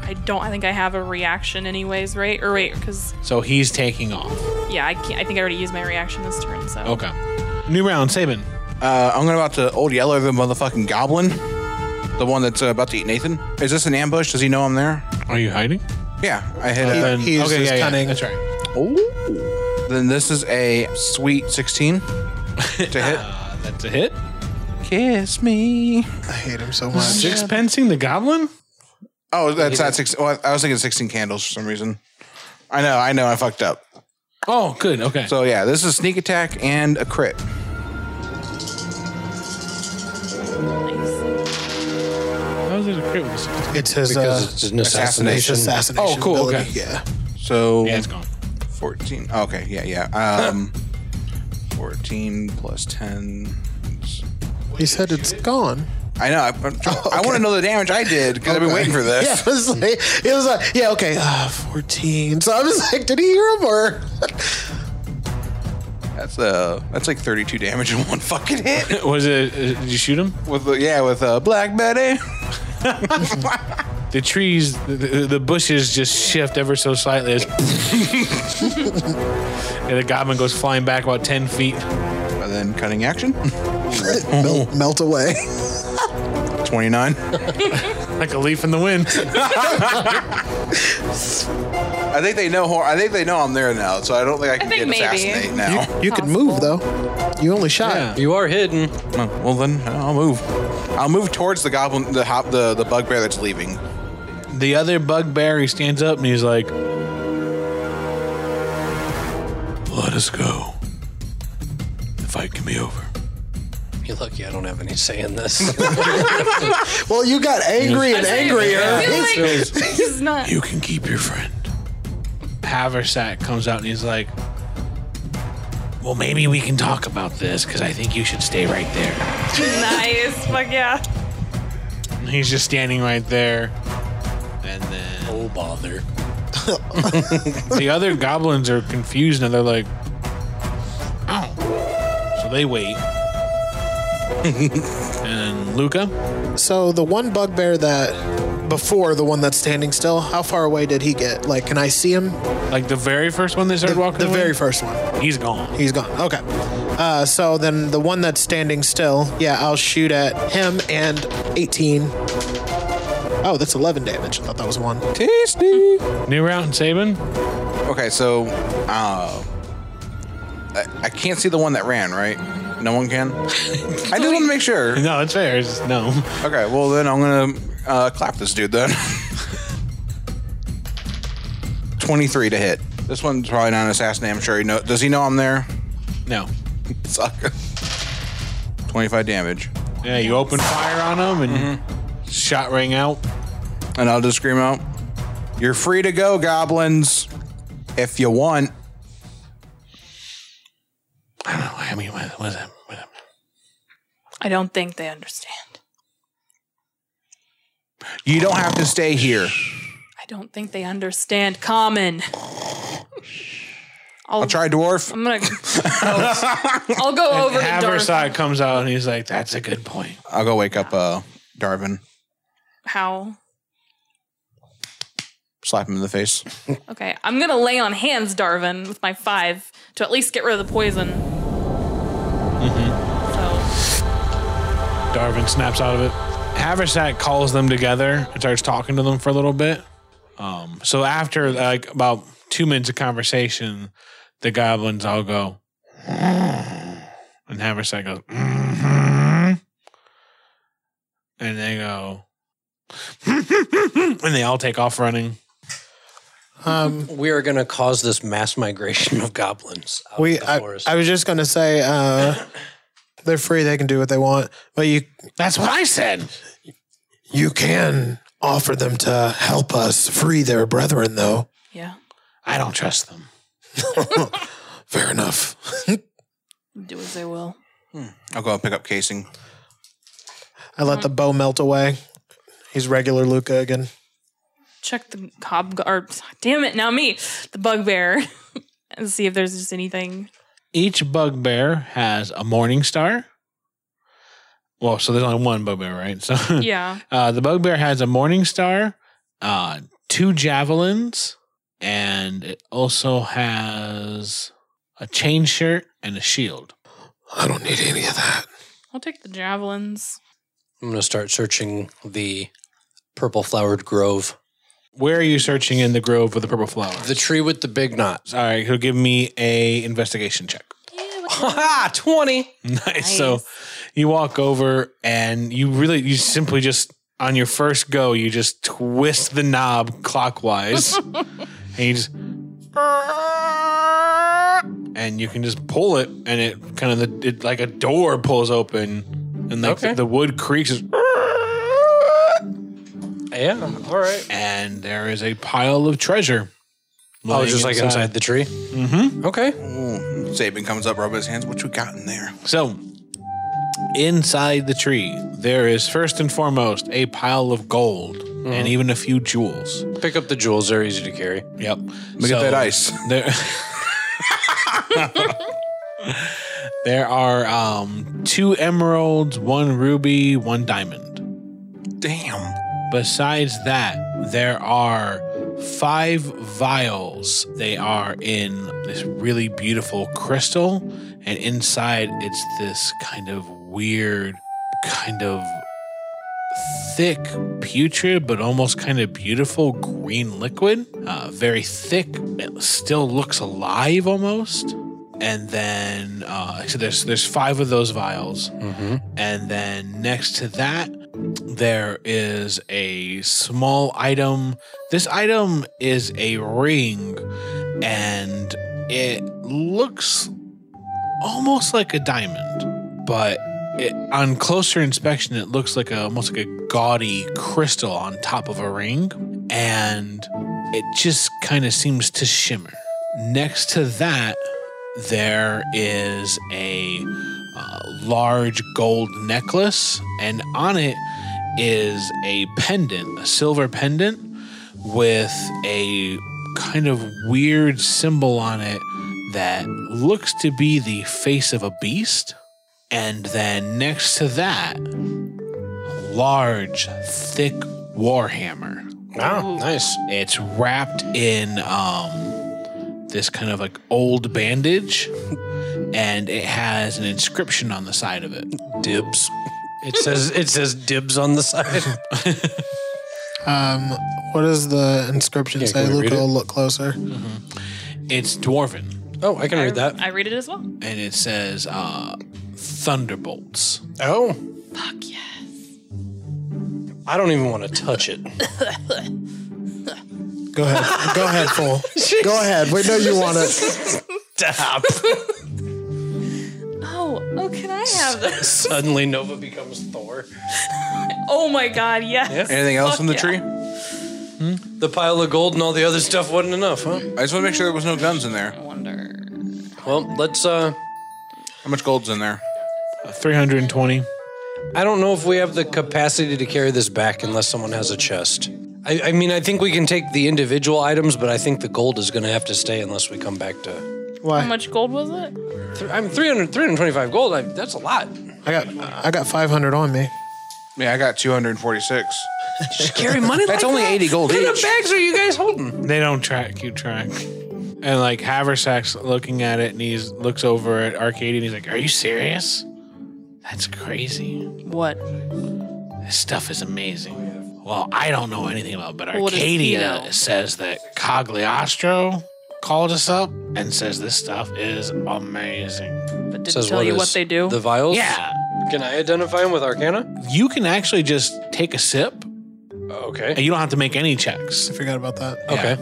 I don't. I think I have a reaction, anyways, right? Or wait, because
So he's taking off.
yeah, I can't. I think I already used my reaction this turn. So
Okay. New round, Saban.
Uh, I'm gonna about to old yeller the motherfucking goblin, the one that's uh, about to eat Nathan. Is this an ambush? Does he know I'm there?
Are you hiding?
Yeah, I hit. Uh,
Then-
he uses his cunning.
That's right.
oh. Then this is a
[laughs]
sweet 16 to hit.
Uh, that's a hit. Uh,
Kiss me.
I hate him so much.
Sixpencing the goblin?
Oh, that's not six. Oh, I was thinking 16 candles for some reason. I know, I know, I fucked up.
Oh, good. Okay.
So yeah, this is sneak attack and a crit.
nice.
how is it a crit with a 16?
It's his
Because
uh,
it's an
his
assassination.
assassination.
Oh, cool,
ability.
okay.
Yeah.
So
Yeah, it's gone.
14. Okay, yeah, yeah. Um, [laughs] 14 plus 10.
He said it's gone.
I know. I, I want to know the damage I did because I've been waiting for this.
Yeah, [laughs] it was like, it was like yeah, okay, uh, 14. So I was [laughs] like, did he hear him or?
That's uh, that's like 32 damage in one fucking
[laughs]
hit.
Was it? Uh, did you shoot him?
With the, yeah, with uh, Black Betty.
The trees, the, the, the bushes just shift ever so slightly. As [laughs] and the goblin goes flying back about 10 feet.
And then cutting action.
melt, melt away.
29.
Like a leaf in the wind.
I think they know. Hor- I think they know I'm there now, so I don't think I can
think
get
maybe.
assassinated now.
You could move though. You only shot.
Yeah.
You are hidden.
Oh, well then, I'll move. I'll move towards the goblin, the hop, the the bugbear that's leaving.
The other bugbear, he stands up and he's like,
Let us go. The fight can be over.
You're lucky I don't have any say
[laughs]
in this.
Well, you got angry and angrier.
I feel [laughs] like he's not.
You can keep your friend.
Haversack comes out and he's like, well, maybe we can talk about this because I think you should stay right there.
nice. Fuck yeah.
And he's just standing right there. And then
oh bother.
the other goblins are confused and they're like, oh. So they wait.
[laughs]
and Luca,
So the one bugbear that before the one that's standing still, how far away did he get? Like, can I see him?
like the very first one they started walking
the
away,
very first one.
he's gone.
He's gone. Okay. Uh, so then the one that's standing still, yeah, I'll shoot at him and 18. Oh, that's 11 damage. I thought that was one.
Tasty.
New round, Saban.
Okay, so uh, I, I can't see the one that ran, right? No one
[laughs]
can. I just want to make sure.
No, it's fair. It's, no.
Okay, well then I'm gonna uh, clap this dude then. [laughs] Twenty-three to hit. This one's probably not an assassin. I'm sure he know. Does he know I'm there? [laughs]
No.
Sucker. Twenty-five damage,
Yeah, you open fire on him and
Mm-hmm.
shot rang out.
and I'll just scream out, "You're free to go, goblins, if you want."
I don't know. I mean, what, what is that? What is that?
I don't think they understand.
You don't have to stay here.
I don't think they understand common. I'll,
I'll try dwarf.
[laughs]
I'm gonna. I'll go over to Darth.
Haversack comes out and he's like, "That's a good point."
I'll go wake up uh, Darvin,
How?
slap him in the face.
Okay, I'm gonna lay on hands, Darvin, with my five to at least get rid of the poison.
Darvin snaps out of it. Haversack calls them together and starts talking to them for a little bit. Um, so after like about two minutes of conversation, the goblins all go, and Haversack goes, "Mhm." and they go, "Mm-hmm." and they all take off running.
We are going to cause this mass migration of goblins out
We,
of the
I,
forest.
I was just gonna say,
[laughs]
uh, they're free. They can do what they want, but you,
That's what I said.
you can offer them to help us free their brethren, though.
Yeah.
I don't trust them.
Fair enough. [laughs]
Do as they will.
I'll go and pick up casing.
I let the bow melt away. He's regular Luca again.
Check the hob or damn it, now me, the bugbear, [laughs] and see if there's just anything.
Each bugbear has a morning star. Well, so there's only one bugbear, right? So
Yeah.
Uh, the bugbear has a morning star, uh, two javelins, and it also has a chain shirt and a shield.
I don't need any of that.
I'll take the javelins.
I'm going to start searching the purple flowered grove.
Where are you searching in the grove with the purple flowers?
The tree with the big knot.
All right, he'll give me a investigation check.
[laughs] Ha! 20.
Nice. So you walk over and you really, you simply just, on your first go, you just twist the knob clockwise and you just, and you can just pull it and it kind of, the, it, like a door pulls open and like
Okay.
the, the wood creaks is-
Yeah. All right.
and there is a pile of treasure.
Oh, it's just like inside the tree. Mm-hmm. Okay.
Ooh, Sabin comes up, rubs his hands. What you got in there?
So, inside the tree, there is first and foremost a pile of gold and even a few jewels.
Pick up the jewels. They're easy to carry.
Yep.
Look
So
at that ice.
There, [laughs] there are um, two emeralds, one ruby, one diamond.
Damn.
Besides that, there are five vials. They are in this really beautiful crystal, and inside it's this kind of weird, kind of thick, putrid, but almost kind of beautiful green liquid. Uh, very thick. It still looks alive almost. And then, uh, so there's there's five of those vials,
Mm-hmm.
and then next to that, there is a small item. This item is a ring, and it looks almost like a diamond, but it, on closer inspection, it looks like a, almost like a gaudy crystal on top of a ring, and it just kind of seems to shimmer. Next to that, there is a uh, large gold necklace, and on it is a pendant, a silver pendant with a kind of weird symbol on it that looks to be the face of a beast. And then next to that, large, thick warhammer.
Wow. Nice.
It's wrapped in um, this kind of like old bandage, and it has an inscription on the side of it.
Dibs. It says it says dibs on
[laughs]
the side.
Um, what does the inscription say?
can we read
Luca,
it?
will look closer.
It's dwarven,
oh, I can read that.
I read it as well.
and it says uh, thunderbolts.
Oh. Fuck yes. I don't even want to touch it.
Go ahead. Go ahead, fool. Go ahead. We know you want it.
Stop.
Oh, oh, can I have this?
[laughs] Suddenly Nova becomes Thor.
Oh my god, yes.
Anything else
Fuck
in the
yeah.
tree?
The pile of gold and all the other stuff wasn't enough, huh?
I just want to make sure there was no guns in there.
I wonder.
Well, let's uh
How much gold's in there?
Three hundred and twenty.
I don't know if we have the capacity to carry this back unless someone has a chest. I, I mean, I think we can take the individual items, but I think the gold is going to have to stay unless we come back to.
Why?
How much gold was it?
Th- I'm 300, 325 gold. I, that's a lot.
I got I got 500 on me.
Yeah, I got 246.
Just carry money. That's only 80 gold. What kind of bags are you guys holding?
They don't track, keep track. And like Haversack's looking at it and he looks over at Arcadia and he's like, Are you serious? That's crazy.
What?
This stuff is amazing. Well, I don't know anything about, it, but
What does he
Arcadia
know?
says that Cagliostro called us up and says this stuff is amazing.
But didn't
Says
tell you what
is
they do.
The vials?
Yeah,
Can I identify them with Arcana?
you can actually just take a sip
Okay.
and you don't have to make any checks.
I forgot about that.
Okay.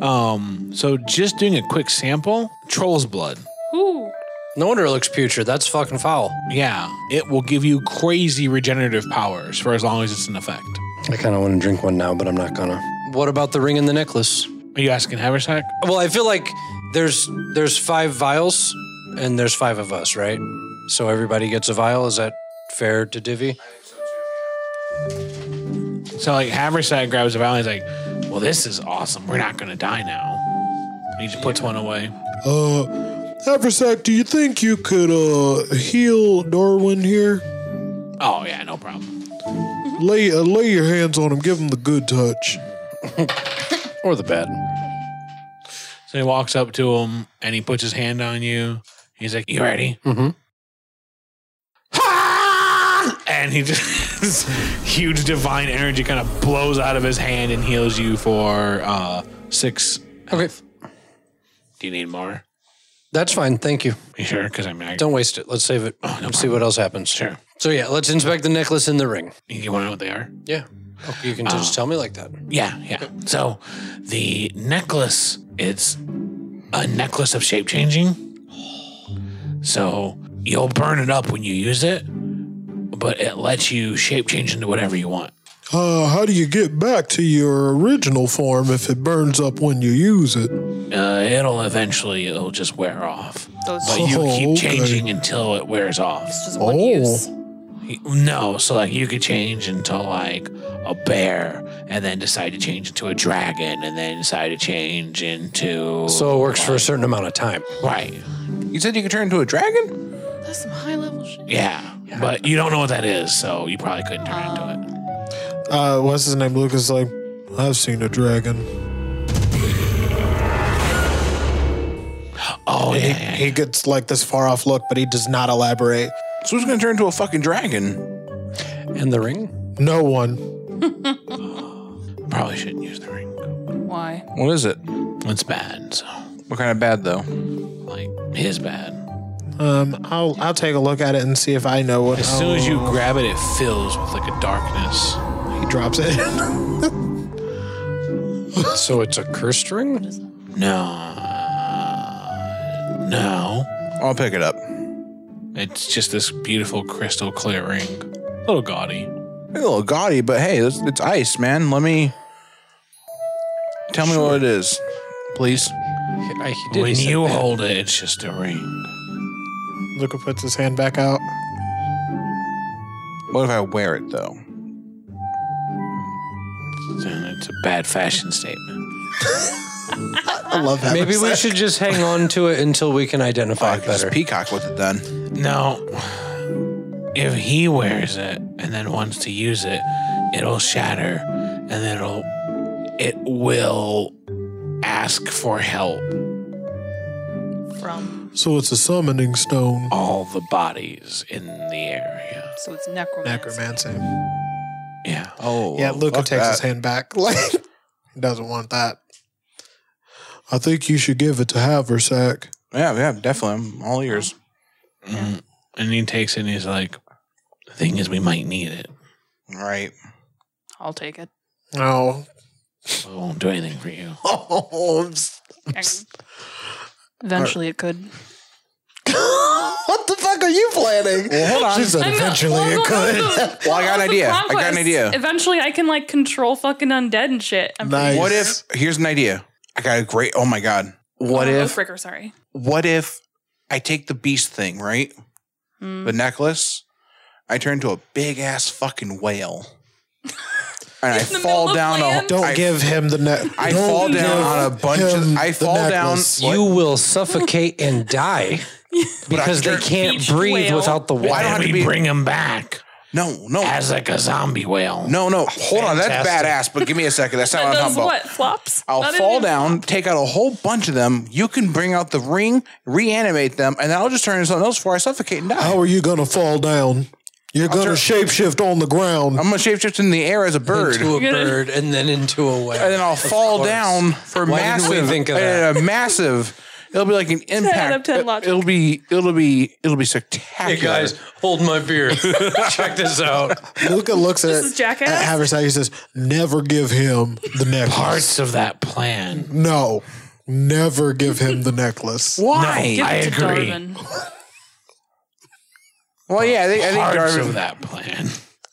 Um, so just doing a quick sample, troll's blood.
Ooh.
No wonder it looks putrid. That's fucking foul.
Yeah, it will give you crazy regenerative powers for as long as it's in effect.
I kind of want to drink one now, but I'm not gonna. What about the ring and the necklace?
Are you asking Haversack?
Well, I feel like there's there's five vials, and there's five of us, right? So everybody gets a vial. Is that fair to divvy?
So like Haversack grabs a vial and he's like, "Well, this is awesome. We're not gonna die now." And he just puts one away.
[laughs] Haversack, do you think you could uh, heal Darwin here?
Oh yeah, no problem.
Lay uh, lay your hands on him. Give him the good touch.
Or the bad?
So he walks up to him and he puts his hand on you. He's like, "You ready?"
Mhm.
Ah! [laughs] And he just [laughs] this huge divine energy kind of blows out of his hand and heals you for uh, six.
Okay,
Do you need more?
that's fine. Thank you.
You sure? Because I'm not.
Don't waste it. Let's save it. Let's see what else happens.
Sure.
So yeah, let's inspect the necklace and the ring.
You want to know what they are?
Yeah. Okay, you can just tell me like that.
Yeah, yeah. So the necklace it's a necklace of shape changing. So you'll burn it up when you use it, but it lets you shape change into whatever you want.
Uh, how do you get back to your original form if it burns up when you use it?
Uh, it'll eventually it'll just wear off.
Those
But you
Oh,
keep
okay.
changing until it wears off.
just one use.
No, so like you could change into like a bear and then decide to change into a dragon and then decide to change into
So it works for a certain amount of time.
right.
You said you could turn into a dragon?
That's some high level shit.
Yeah, but you don't know what that is, so you probably couldn't turn into it.
Uh, what's his name? Lucas. Like, I've seen a dragon.
Oh yeah,
He gets like this far off look, but he does not elaborate.
So who's going to turn into a fucking dragon?
And the ring?
No one.
probably shouldn't use the ring.
Why?
What is it?
It's bad, so
What kind of bad, though?
like his bad.
Um, I'll I'll take a look at it and see if I know what.
As soon as you grab it, it fills with like a darkness.
he drops it.
So it's a cursed ring?
No, no.
I'll pick it up.
It's just this beautiful crystal clear ring. A little gaudy.
Maybe a little gaudy, but hey, it's, it's ice, man. Let me. Tell me what it is, please.
I, he did, he
When
said
you
that.
hold it, it's just a ring.
[laughs] Luca puts his hand back out.
What if I wear it, though?
And it's a bad fashion statement.
I love that.
Maybe we should just hang on to it until we can identify
I
it
could just
better.
peacock with it then.
No. If he wears it and then wants to use it, it'll shatter and then it'll it will ask for help.
From.
So it's a summoning stone.
All the bodies in the area.
So it's necromancy.
Necromancy.
Yeah.
Oh,
Yeah, Luca
fuck
takes
that.
his hand back. [laughs] Like he doesn't want that. I think you should give it to Haversack.
Yeah, yeah, definitely. I'm all ears.
Mm. And he takes it and he's like, the thing is we might need it.
All right.
I'll take it.
No.
It won't do anything for you.
Oh,
Eventually it could.
what the fuck are you planning?
Well, hold on.
She said eventually
Well,
it
no,
could.
no, no.
Well, I got an idea. I got an
Conquest.
idea.
Eventually I can like control fucking undead and shit. I'm pretty-
Nice.
What if? Here's an idea. I got a great. Oh my god. What
Oh,
if?
Oathbreaker, sorry.
What if I take the beast thing, right?
Mm.
The necklace. I turn into a big ass fucking whale, and I
[laughs] In the
fall
middle of
down a.
land?
Don't
I-
give him the net.
I fall down on a bunch of. I fall down.
You will suffocate and die because they can't
Beached
breathe
whale.
without the
I
water.
don't
and
have to
we
be-
bring him back
No, no,
as like a zombie whale.
no, no. Hold on. That's
Fantastic.
badass. But give me a second. That's not
That
what Oh, I'm
does
talking about.
what? Flops?
I'll
That
fall
isn't-
down, take out a whole bunch of them. You can bring out the ring, reanimate them, and then I'll just turn into something else before I suffocate and die.
How are you gonna fall down?
You're going to shapeshift on the ground.
I'm gonna shapeshift in the air as a bird,
Into a
and
gonna-
bird and then into a whale.
then I'll fall
course.
down for
Why didn't
massive.
we think of that?
uh, [laughs] massive. It'll be like an impact.
out of 10
It-
logic.
It'll be. It'll be. It'll be spectacular.
Hey guys, hold my beer.
[laughs]
Check this out.
Luca looks at,
is jackass?
at Haversack. He says, "Never give him the necklace.
Parts of that plan.
No, never give him the necklace. [laughs]
Why?
Give
I
it to
agree.
Darvin.
well, yeah, I think, I think
Parts
Darwin.
of that plan.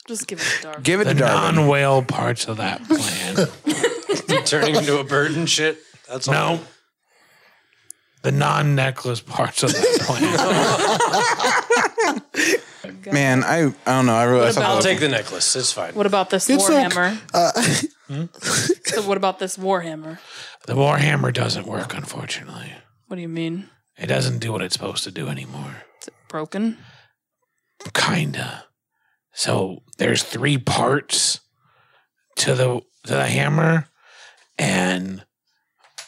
Just give it to Darvin.
Give it
The
to Darwin.
non whale parts of that
[laughs]
plan.
Turning into a bird and shit. That's all.
no. The non necklace parts of that plan.
Man, I I don't know. I realize
What about-
I'll
something.
take the necklace. It's fine.
What about this
It's like,
warhammer?
uh,
[laughs] so what about this warhammer?
the Warhammer doesn't work, unfortunately.
What do you mean?
It doesn't do what it's supposed to do anymore.
Is it broken?
Kinda. So there's three parts to the to the hammer, and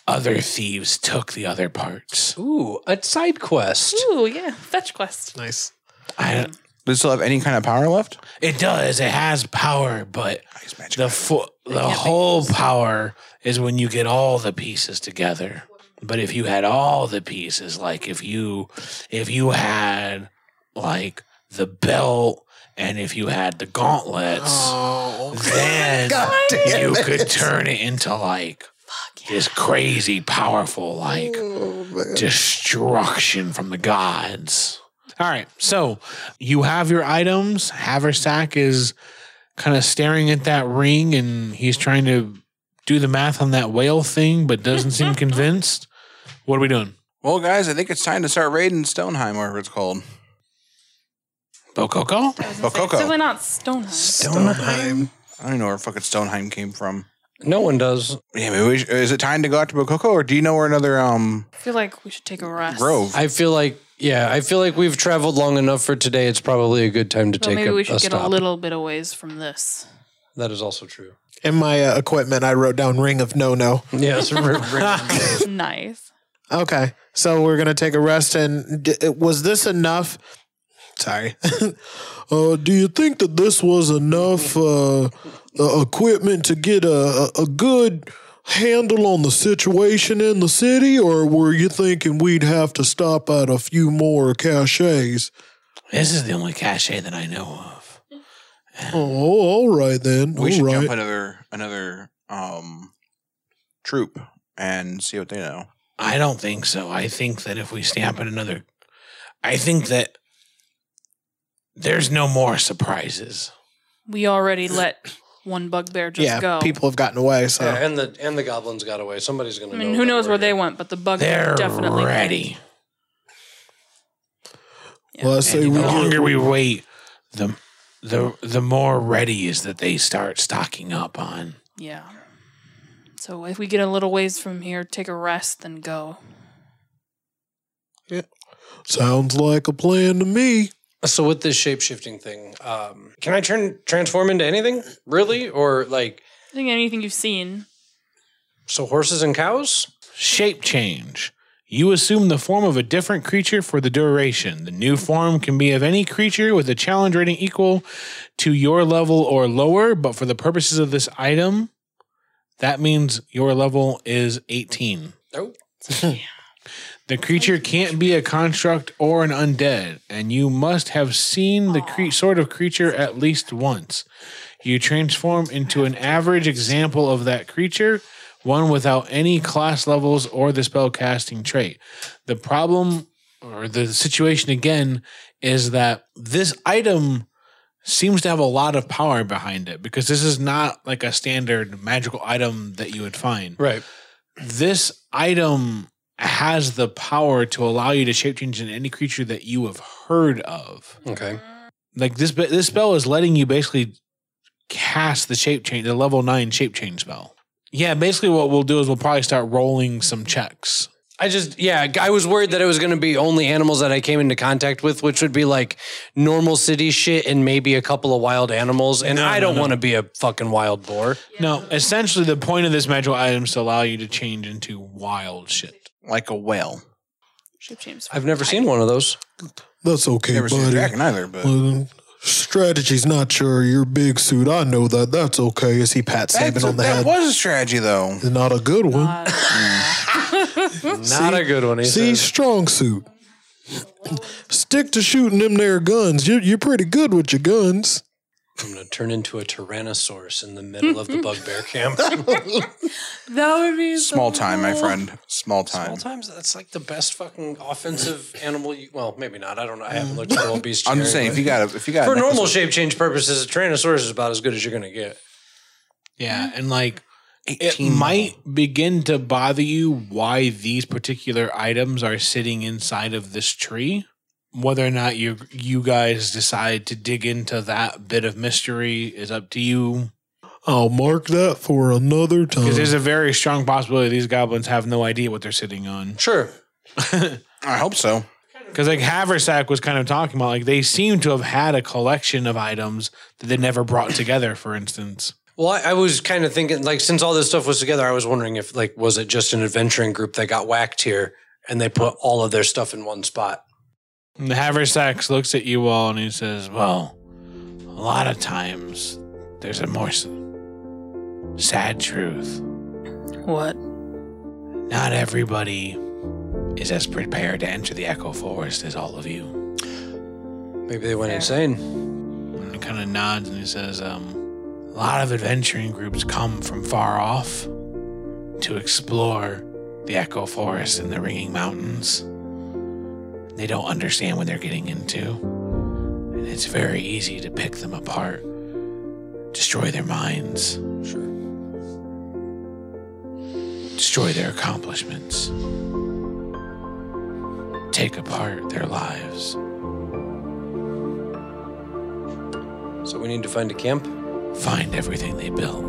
other thieves took the other parts.
Ooh, a side quest.
Ooh, yeah, fetch quest.
Nice.
I,
Does it still have any kind of power left?
it does. It has power, but
Ice magic.
the fu- the
make
whole power is when you get all the pieces together. But if you had all the pieces, like if you if you had like the belt and if you had the gauntlets,
Oh, [laughs]
then you could turn it into like this crazy powerful like
Oh,
destruction from the gods. All right, so you have your items. Haversack is kind of staring at that ring and he's trying to do the math on that whale thing, but doesn't seem convinced. What are we doing?
Well, guys, I think it's time to start raiding Stoneheim, whatever it's called.
Bococo?
Bococo.
Definitely not Stonehenge.
Stoneheim. I don't even know where fucking Stoneheim came from.
No one does.
Yeah, maybe we sh- is it time to go out to Bococo, or do you know where another um
I feel like we should take a rest.
grove?
I feel like, yeah, I feel like we've traveled long enough for today. It's probably a good time to
Well,
take
maybe
a,
we should
a
get
stop.
a little bit away from this. [laughs]
that is also true.
In my uh, equipment, I wrote down ring of no no.
Yes.
[laughs]
nice.
Okay, so we're gonna take a rest. And d- was this enough? Sorry.
[laughs] Uh, do you think that this was enough uh, uh, equipment to get a, a a good handle on the situation in the city, or were you thinking we'd have to stop at a few more caches?
This is the only cachet that I know of.
Oh, all right then.
we should
all right.
jump another another um troop and see what they know.
I don't think so. I think that if we stamp at another, I think that there's no more surprises.
We already let one bugbear just
yeah,
go.
people have gotten away. So
Yeah, and the and the goblins got away. Somebody's gonna.
I mean,
know
who
that
knows
we're
where they
here.
went, but the
They're
bugbear definitely went.
ready.
Well, I say
And
we
the
get-
longer we wait, the the the more ready is that they start stocking up on.
Yeah. So if we get a little ways from here, take a rest, then go.
Sounds like a plan to me.
So with this shape shifting thing, um, can I turn transform into anything really, or like
I think anything you've seen.
so horses and cows?
Shape change. You assume the form of a different creature for the duration. The new form can be of any creature with a challenge rating equal to your level or lower, but for the purposes of this item, that means your level is 18.
Nope.
The creature can't be a construct or an undead, and you must have seen the cre- sort of creature at least once. You transform into an average example of that creature, one without any class levels or the spell casting trait. The problem or the situation again is that this item seems to have a lot of power behind it because this is not like a standard magical item that you would find
Right.
this item has the power to allow you to shape change in any creature that you have heard of.
Okay.
Like this, this spell is letting you basically cast the shape change, the level nine shape change spell. Yeah, basically what we'll do is we'll probably start rolling some checks.
I just yeah, I was worried that it was gonna be only animals that I came into contact with, which would be like normal city shit and maybe a couple of wild animals, and I don't want to be a fucking wild boar.
No, essentially the point of this magical item is to allow you to change into wild shit.
Like a whale.
Shape change.
I've never seen one of those.
That's okay,
Never seen a
buddy.
dragon either, but
Um, Strategy's not your your big suit. I know that. That's okay. As he pats Saban
That's a-
on the
that
head.
was a strategy, though.
not a good one.
Not a good one. He
See,
says.
strong suit. Stick to shooting them there guns. You're, you're pretty good with your guns.
I'm going to turn into a Tyrannosaurus in the middle of
[laughs]
the bugbear camp. [laughs]
That would be so
Small time, my friend. Small time.
Sometimes that's like the best fucking offensive [laughs] animal. You, well, maybe not. I don't know. I haven't looked at all beasts.
I'm just
Jerry,
saying, if you got a, if you got
but for
a necklace
normal
with
shape change purposes, a Tyrannosaurus is about as good as you're going to get.
Yeah, and like it
18
might begin to bother you why these particular items are sitting inside of this tree. Whether or not you you guys decide to dig into that bit of mystery is up to you.
I'll mark that for another time.
Because there's a very strong possibility these goblins have no idea what they're sitting on.
Sure.
I hope so.
Because like Haversack was kind of talking about, like they seem to have had a collection of items that they never brought together. For instance,
Well, I, I was kind of thinking, like, since all this stuff was together, I was wondering if, like, was it just an adventuring group that got whacked here and they put all of their stuff in one spot?
and the Haversack looks at you all and he says, "Well, a lot of times there's a more s- sad truth.
What?
Not everybody is as prepared to enter the Echo Forest as all of you."
Maybe they went insane.
And he kind of nods and he says, um, "A lot of adventuring groups come from far off to explore the Echo Forest and the Ringing Mountains. They don't understand what they're getting into, and it's very easy to pick them apart, destroy their minds, destroy their accomplishments, take apart their lives."
So we need to find a camp.
Find everything they built,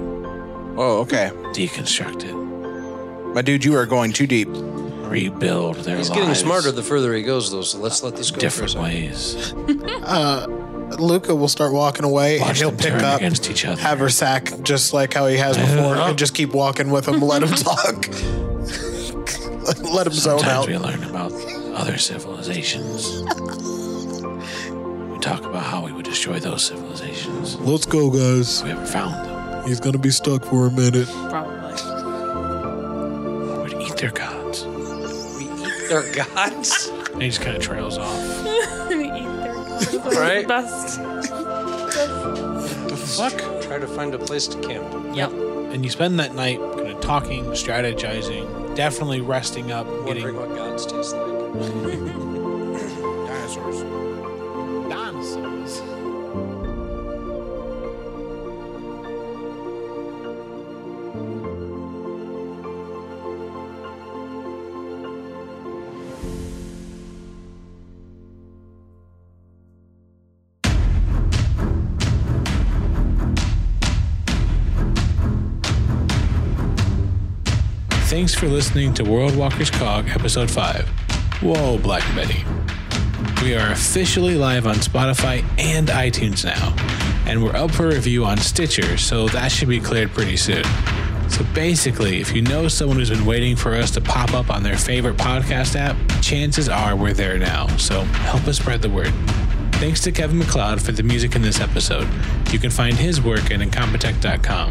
Oh, okay.
deconstruct it,
My dude, you are going too deep.
rebuild their
He's
lives
getting smarter the further he goes, though. So let's let this go. for a
different
[laughs] second.
[laughs] ways.
Luca will start walking away and
Watch
he'll
them
pick
turn
up
against each other. Oh.
Haversack just like how he has before and just keep walking with him, let him talk. [laughs] let him zone
Sometimes
out.
we learn about other civilizations. we talk about how we would destroy those civilizations if
Let's go, guys.
we ever found them.
He's gonna be stuck for a minute.
Probably.
We would eat their gods.
They're gods,
And he just kind of trails off.
right?
[laughs] best.
Fuck. Try to find a place to camp.
Yep.
And you spend that night kind of talking, strategizing, definitely resting up,
Wondering
getting
what gods taste like.
Dinosaurs.
Thanks for listening to World Walker's Cog, Episode 5. Whoa, Black Betty. We are officially live on Spotify and iTunes now, and we're up for review on Stitcher, so that should be cleared pretty soon. So basically, if you know someone who's been waiting for us to pop up on their favorite podcast app, chances are we're there now, so help us spread the word. Thanks to Kevin McLeod for the music in this episode. You can find his work at incompetech.com.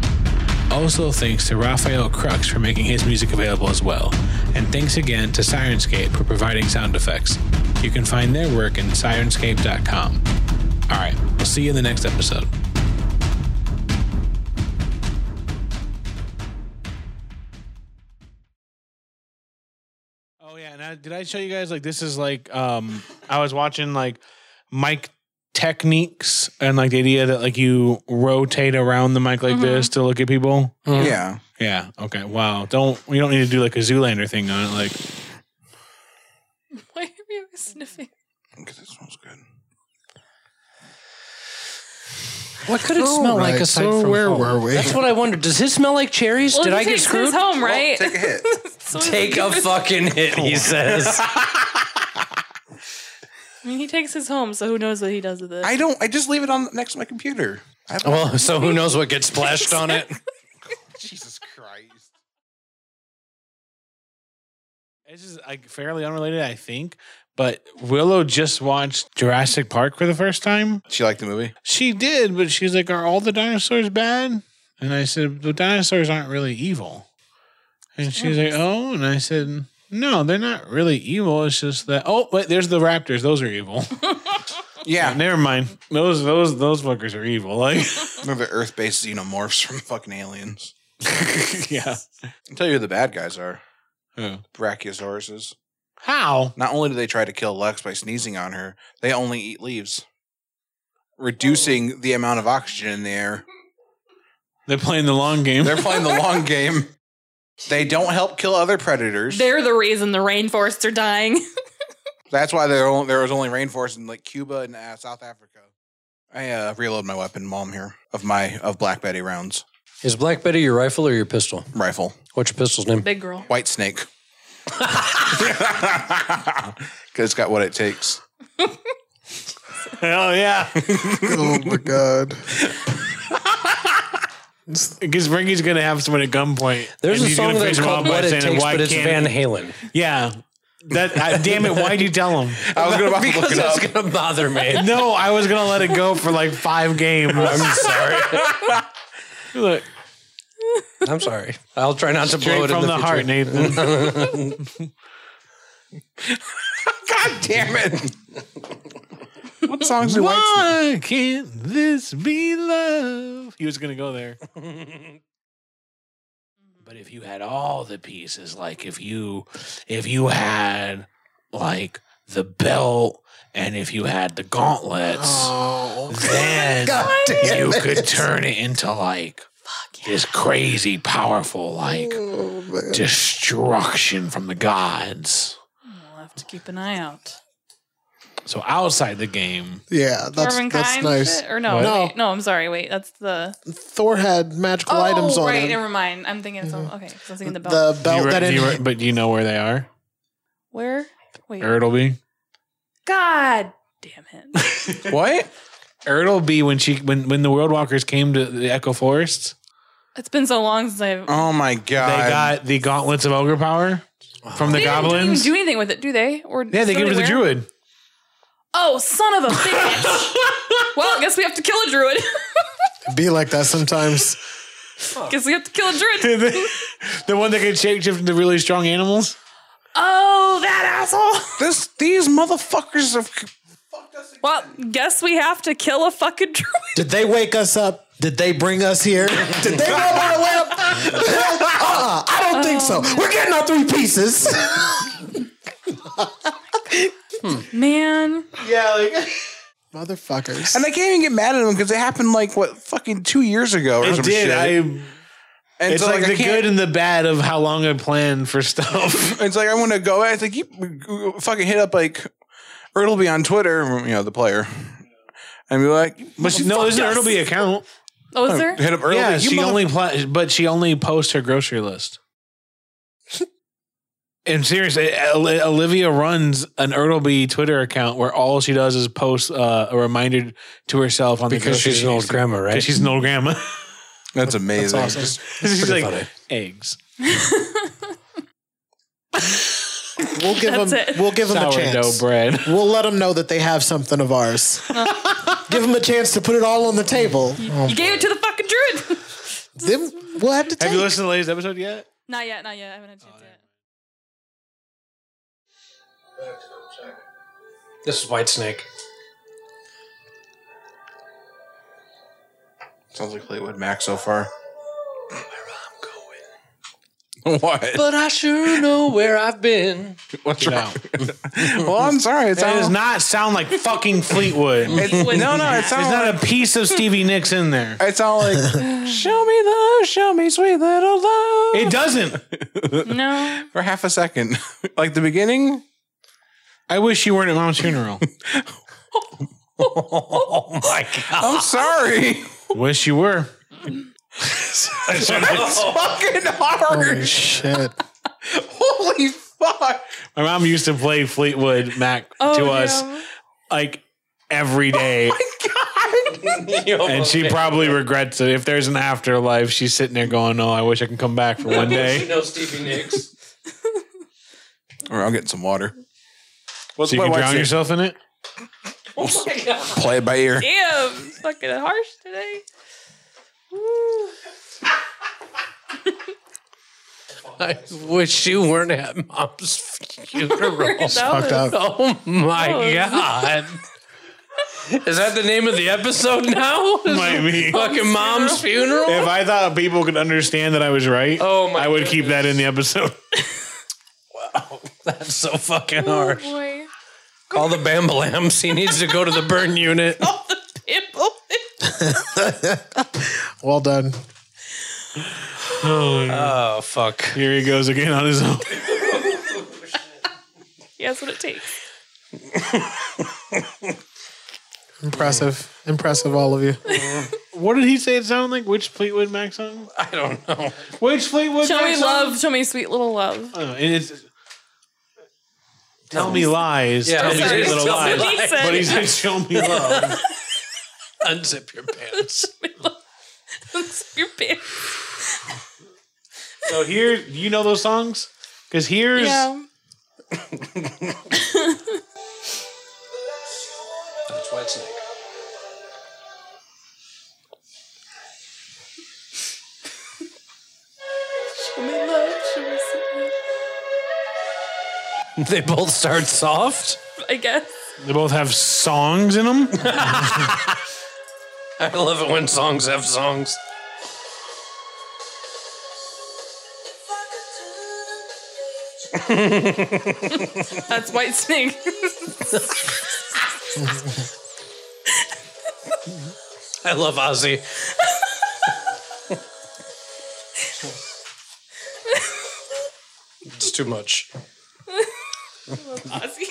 Also, thanks to Raphael Crux for making his music available as well. And thanks again to Sirenscape for providing sound effects. You can find their work in sirenscape.com. All right, we'll see you in the next episode. Oh yeah, and I, did I show you guys like this is like um I was watching like mic techniques and like the idea that like you rotate around the mic like this to look at people.
Yeah.
Yeah. Okay. Wow. Don't you don't need to do like a Zoolander thing on it. Like
Why are you sniffing?
Because it smells good.
What could it smell like
Alright,
aside
so
from
where
foam?
were we?
That's what I wondered. Does his smell like cherries? Did I get screwed?
home, right?
Take a [laughs] hit.
[laughs] So
Take a fucking hit, [laughs] he
[laughs]
says.
[laughs] I mean, he takes his home, so who knows what he does with it?
I don't. I just leave it on next to my computer. I have
well, so who knows what gets splashed on it?
Jesus Christ.
this is like fairly unrelated, I think. But Willow just watched Jurassic Park for the first time.
She liked the movie.
She did, but she's like, Are all the dinosaurs bad? And I said, The dinosaurs aren't really evil. And she's like, Oh, and I said, No, they're not really evil. It's just that oh wait, there's the raptors. Those are evil.
Yeah,
Never mind. Those those those fuckers are evil. Like [laughs]
they're the Earth-based xenomorphs from fucking [laughs] aliens.
Yeah.
I'll tell you who the bad guys are.
Who?
Brachiosauruses.
How?
Not only do they try to kill Lex by sneezing on her, they only eat leaves, reducing the amount of oxygen in the air.
They're playing the long game.
They're playing
[laughs]
the long game. They don't help kill other predators.
They're the reason the rainforests are dying.
That's why there only, there was only rainforest in like Cuba and uh, South Africa. I uh, reload my weapon while I'm here of my of Black Betty rounds
[laughs] Is Black Betty your rifle or your pistol?
rifle.
What's your pistol's name?
[laughs] Big girl.
[laughs]
White snake. [laughs] Because it's got what it takes.
Hell yeah.
Oh my god.
Because Ringy's gonna have someone at gunpoint.
There's
and
a
he's
song
gonna finish
that's
him
called
off by
What It
saying,
Takes,
"Why
but it's
can't-"
Van Halen.
Yeah. That I, damn it! Why'd you tell
[laughs]
him?
I was gonna about to look
Because
it
it's
up.
going to bother
[laughs]
me.
No, I was gonna let it go for like five games. [laughs] I'm
[laughs]
sorry. Look,
I'm sorry. I'll try not to
straight
blow it
from
in
the,
the,
heart,
future.
Nathan.
God damn it! what songs do White Snake?
Why can't this be love? He was gonna go
[laughs]
there. but if you had all the pieces, like if you, if you had like the belt, and if you had the gauntlets,
[laughs]
then
Oh, God damn
you
it.
could turn it into like this crazy powerful like
Oh,
destruction from the gods.
We'll have to keep an eye out.
So outside the game,
Yeah, that's
Dwarven
that's
kind
nice.
shit? Or no,
What?
wait, no, I'm sorry. Wait, that's the
Thor had magical items
oh,
on
right.
him.
Never mind. I'm thinking some.
Mm-hmm.
Okay, 'cause I was thinking the
Do
belt.
The belt
you re-
that
do
in,
you re- but do you know where they are?
Where? Wait.
Ertleby.
God damn
[laughs]
it.
What? Ertleby when she when when the World Walkers came to the Echo Forest,
It's been so long since I've.
Oh my
they
god!
got the gauntlets of ogre power from the
they don't
goblins.
even do anything with it, do they? Or
yeah, they
so
gave it to the
wear-
druid.
Oh, son of
[laughs]
a bitch! well, I guess we have to kill a druid. [laughs]
be like that sometimes.
guess we have to kill a druid.
[laughs] the one that can shapeshift into really strong animals.
Oh, that asshole!
this. These motherfuckers have.
Well, guess we have to kill a fucking druid.
[laughs] Did they wake us up? Did they bring us here? Did they rub our lamp? uh-uh, I don't think so. We're getting our three pieces.
Man,
Motherfuckers.
And I can't even get mad at them because it happened like what fucking two years ago or some shit. and
it's
so,
like,
I
the
can't-
good and the bad of how long I planned for stuff.
It's like I want to go. I think you fucking hit up like Ertleby on Twitter, you know, the player, and be like,
[laughs] But she, no, there's an Ertleby account.
oh, is there?
hit up Ertleby.
yeah,
you
she
mother-
only pla- but she only posts her grocery
[laughs]
list. and seriously, Ol- Olivia runs an Ertleby Twitter account where all she does is post uh, a reminder to herself on the
Because
grocery
she's an old
she's-
grandma, right?
'cause she's an old grandma. [laughs]
That's amazing. Just-
she's
Pretty
like
funny.
eggs,
[laughs] we'll give
That's
them.
it.
We'll give them a
sourdough
chance.
bread.
[laughs]
We'll let them know that they have something
[laughs]
of ours. give them a chance to put it all on the table.
You gave it to the fucking druid. [laughs]
Then we'll have to take.
Have you listened to the latest episode yet?
not yet, not yet. I haven't had a
Oh,
chance yet.
This is White Snake.
Sounds like Fleetwood Mac so far. [laughs] What?
But I sure know where I've been.
What's
No,
wrong? [laughs] Well, I'm sorry. It's
that does
not.
not sound like
[laughs]
fucking Fleetwood. There's
It's,
[laughs]
no, no, it sounds
not
like.
a piece of Stevie Nicks in
[laughs]
there.
It's all
[laughs]
like, show me love, show me sweet little love.
It doesn't.
[laughs]
No.
For half a second, [laughs] like the beginning.
I wish you weren't at mom's
[laughs]
funeral.
Oh my god.
I'm sorry. [laughs]
wish you were.
Fucking hard.
Holy shit.
[laughs] Holy fuck. [laughs]
My mom used to play Fleetwood Mac
Oh,
to us
no.
like every day,
Oh,
and she probably regrets it. If there's an afterlife, she's sitting there going, "Oh, I wish I can come back
[laughs]
for one day."
knows Stevie Nicks. [laughs]
All right, I'm getting some water. What,
So you
what
can
White
drown
say?
yourself
[laughs]
in it?
Play it by ear.
Damn, fucking harsh today.
I wish you weren't at
[laughs]
mom's funeral.
[laughs] That was-
up.
[laughs] oh my
Oh. [laughs]
god. Is that the name of the episode
[laughs]
now?
Might be.
Fucking mom's funeral?
If I thought people could understand that I was right,
Oh my
I would keep that in the episode. [laughs]
That's so fucking
Oh [laughs]
harsh.
boy.
Call the Bambalams. He needs to go to the burn
[laughs]
unit.
oh,
Well done.
Oh fuck.
Here he goes again on his own.
Yeah, that's what it takes.
Impressive. Impressive, all of you.
[laughs] What did he say it sounded like? Which Fleetwood Mac song?
I don't know. [laughs]
Which Fleetwood
Show
Mac
me
song?
love. Show me sweet little love.
Oh, and it's, tell me lies.
Yeah,
tell me
I'm
Oh,
sorry,
sweet little
tell me
lies.
lies.
He said-
But he said, "Show me love."
Unzip your pants.
[laughs] Your pants.
so here, you know those songs because here's
Yeah.
That's White Snake.
Show me love. Show me sweet
They both start soft.
love. I guess.
they both have songs in them.
I love it when songs have songs.
That's White Snake.
I love Ozzy. it's too much.
Ozzy.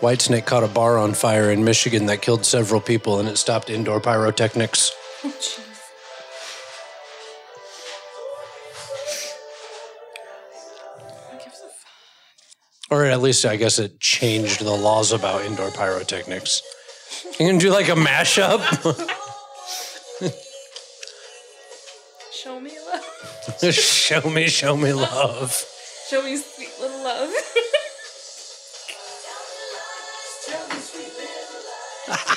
White Snake caught a bar on fire in Michigan that killed several people and it stopped indoor pyrotechnics. Or at least I guess it changed the laws about indoor pyrotechnics. You can do like a mashup. [laughs]
Show me love.
show me, show me love.
Show me sweet little love. [laughs]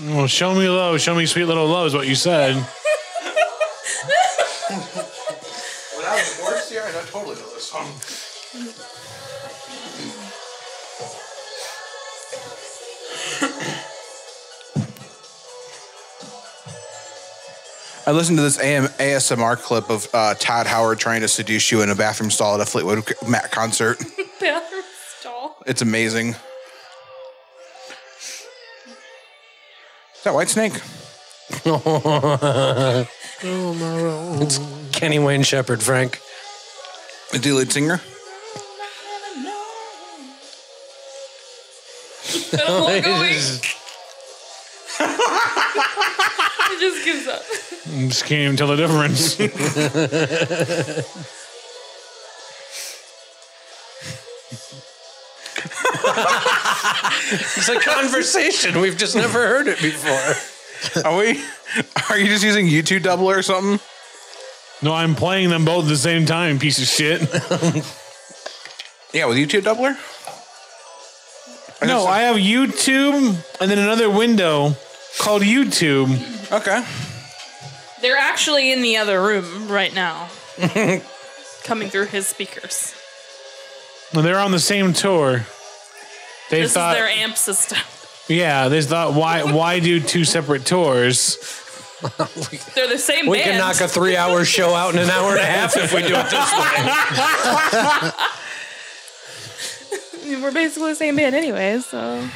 well, show me love, show me sweet little love is what you said.
When I was born here, I totally Um, know this song. I listened to this AM, ASMR clip of uh, Todd Howard trying to seduce you in a bathroom stall at a Fleetwood Mac concert. [laughs]
Bathroom stall.
It's amazing. Is that White Snake?
Kenny Wayne Shepherd, Frank.
Is he the lead singer?
I'm like, oh, [laughs]
[laughs]
wait. It just gives up.
I just can't even tell the difference.
It's a conversation. We've just never heard it before.
Are we? [laughs] Are you just using YouTube double or something?
no, I'm playing them both at the same time. Piece of shit.
Yeah, with YouTube doubler.
No, I have YouTube and then another window called YouTube.
Okay.
They're actually in the other room right
[laughs]
now. Coming through his speakers.
Well, they're on the same tour. They
This
thought,
is their amp system. [laughs]
yeah, they thought, why, why do two separate tours?
They're the same
We
band.
can knock a three hour show out in an hour and a half if we do
[laughs]
it this way.
We're basically the same band anyway, so.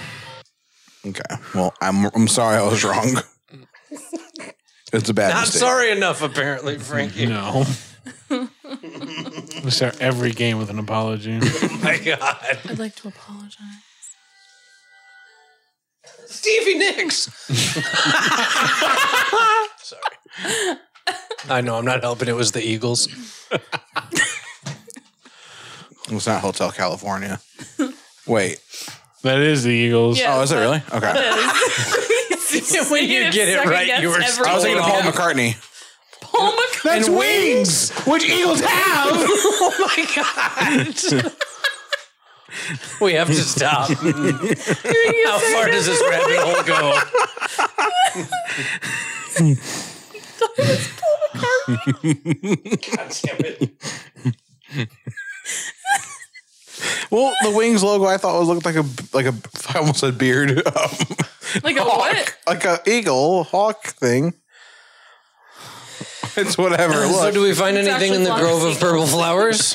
Okay. Well, I'm I'm sorry I was
[laughs]
wrong. it's a bad
Not
mistake.
sorry enough, apparently, Frankie.
[laughs]
No. we start every game with an apology.
my God.
I'd like to apologize.
Stevie Nicks.
I know I'm not helping. It was the Eagles.
It's not Hotel
[laughs]
California. Wait.
That is the Eagles.
Yeah,
oh, is it
that-
really? Okay.
when you
get it right, you were still
I was thinking of Paul McCartney.
Paul McCartney.
That's wings, which Eagles have.
oh my god. we have to stop. How far does this rabbit hole go?
Well, the Wings logo I thought was looked like a like a [laughs] I almost said beard. [laughs] Um,
Like a what? [laughs]
like a eagle hawk thing. [laughs] It's whatever it
So
was.
do we find
It's
anything in the
actually
grove of purple flowers? [laughs]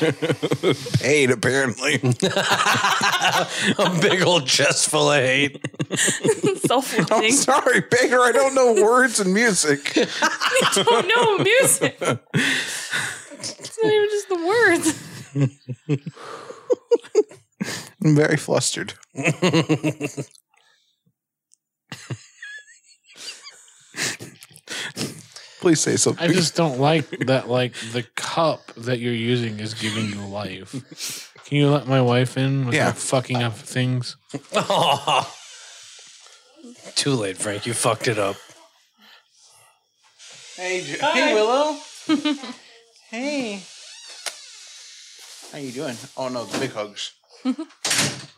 Paid apparently.
A big old chest full of hate.
I'm
Self-loathing.
[laughs] sorry, Baker. I don't know words and music.
[laughs]
Oh no, music. It's not even just the words.
I'm very flustered. [laughs] Please say something.
I just don't like that. Like the cup that you're using is giving you life. Can you let my wife in without
Yeah.
fucking up things?
Aw. Too late, Frank. You fucked it up.
hey,
Hi.
Willow. hey. How you doing? Oh no, the big hugs.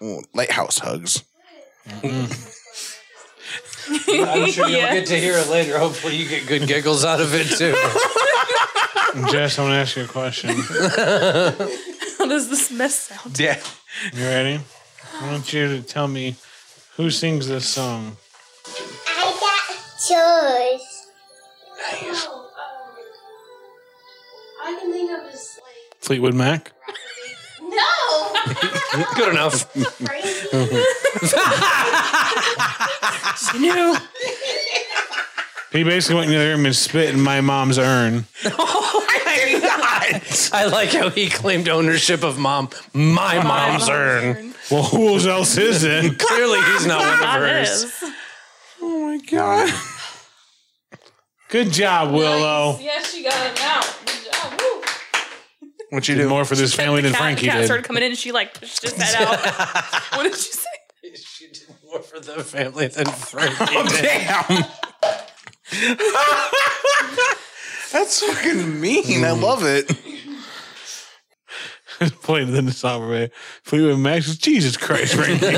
Ooh, lighthouse
[laughs]
hugs.
I'm sure
Yeah.
to hear it later. Hopefully, you get good giggles out of it [laughs] too.
Jess, I'm gonna ask you a question.
How does this mess sound?
Yeah.
You ready? I want you to tell me who sings this song.
I got chores. I can think of this like
Fleetwood Mac.
no. [laughs]
good enough.
[laughs] He basically went in the room and spit in my mom's urn.
I like how he claimed ownership of mom. My, mom's urn.
Well, who else is it?
Clearly, he's not [laughs] one of
That
hers.
is.
Good job, Willow.
Yeah, she got it now. Good job. Woo.
What you
Did
do?
more for this family than
Cat-
Frankie
cat
did.
started coming in and she like pushed his head out. [laughs] what did she say?
She did more for the family than Frankie did.
Oh, Damn. [laughs] That's fucking mean.
Mm.
I love it.
[laughs] Pointed in the sovereign. Fleetwood Mac says, Jesus Christ, Frankie.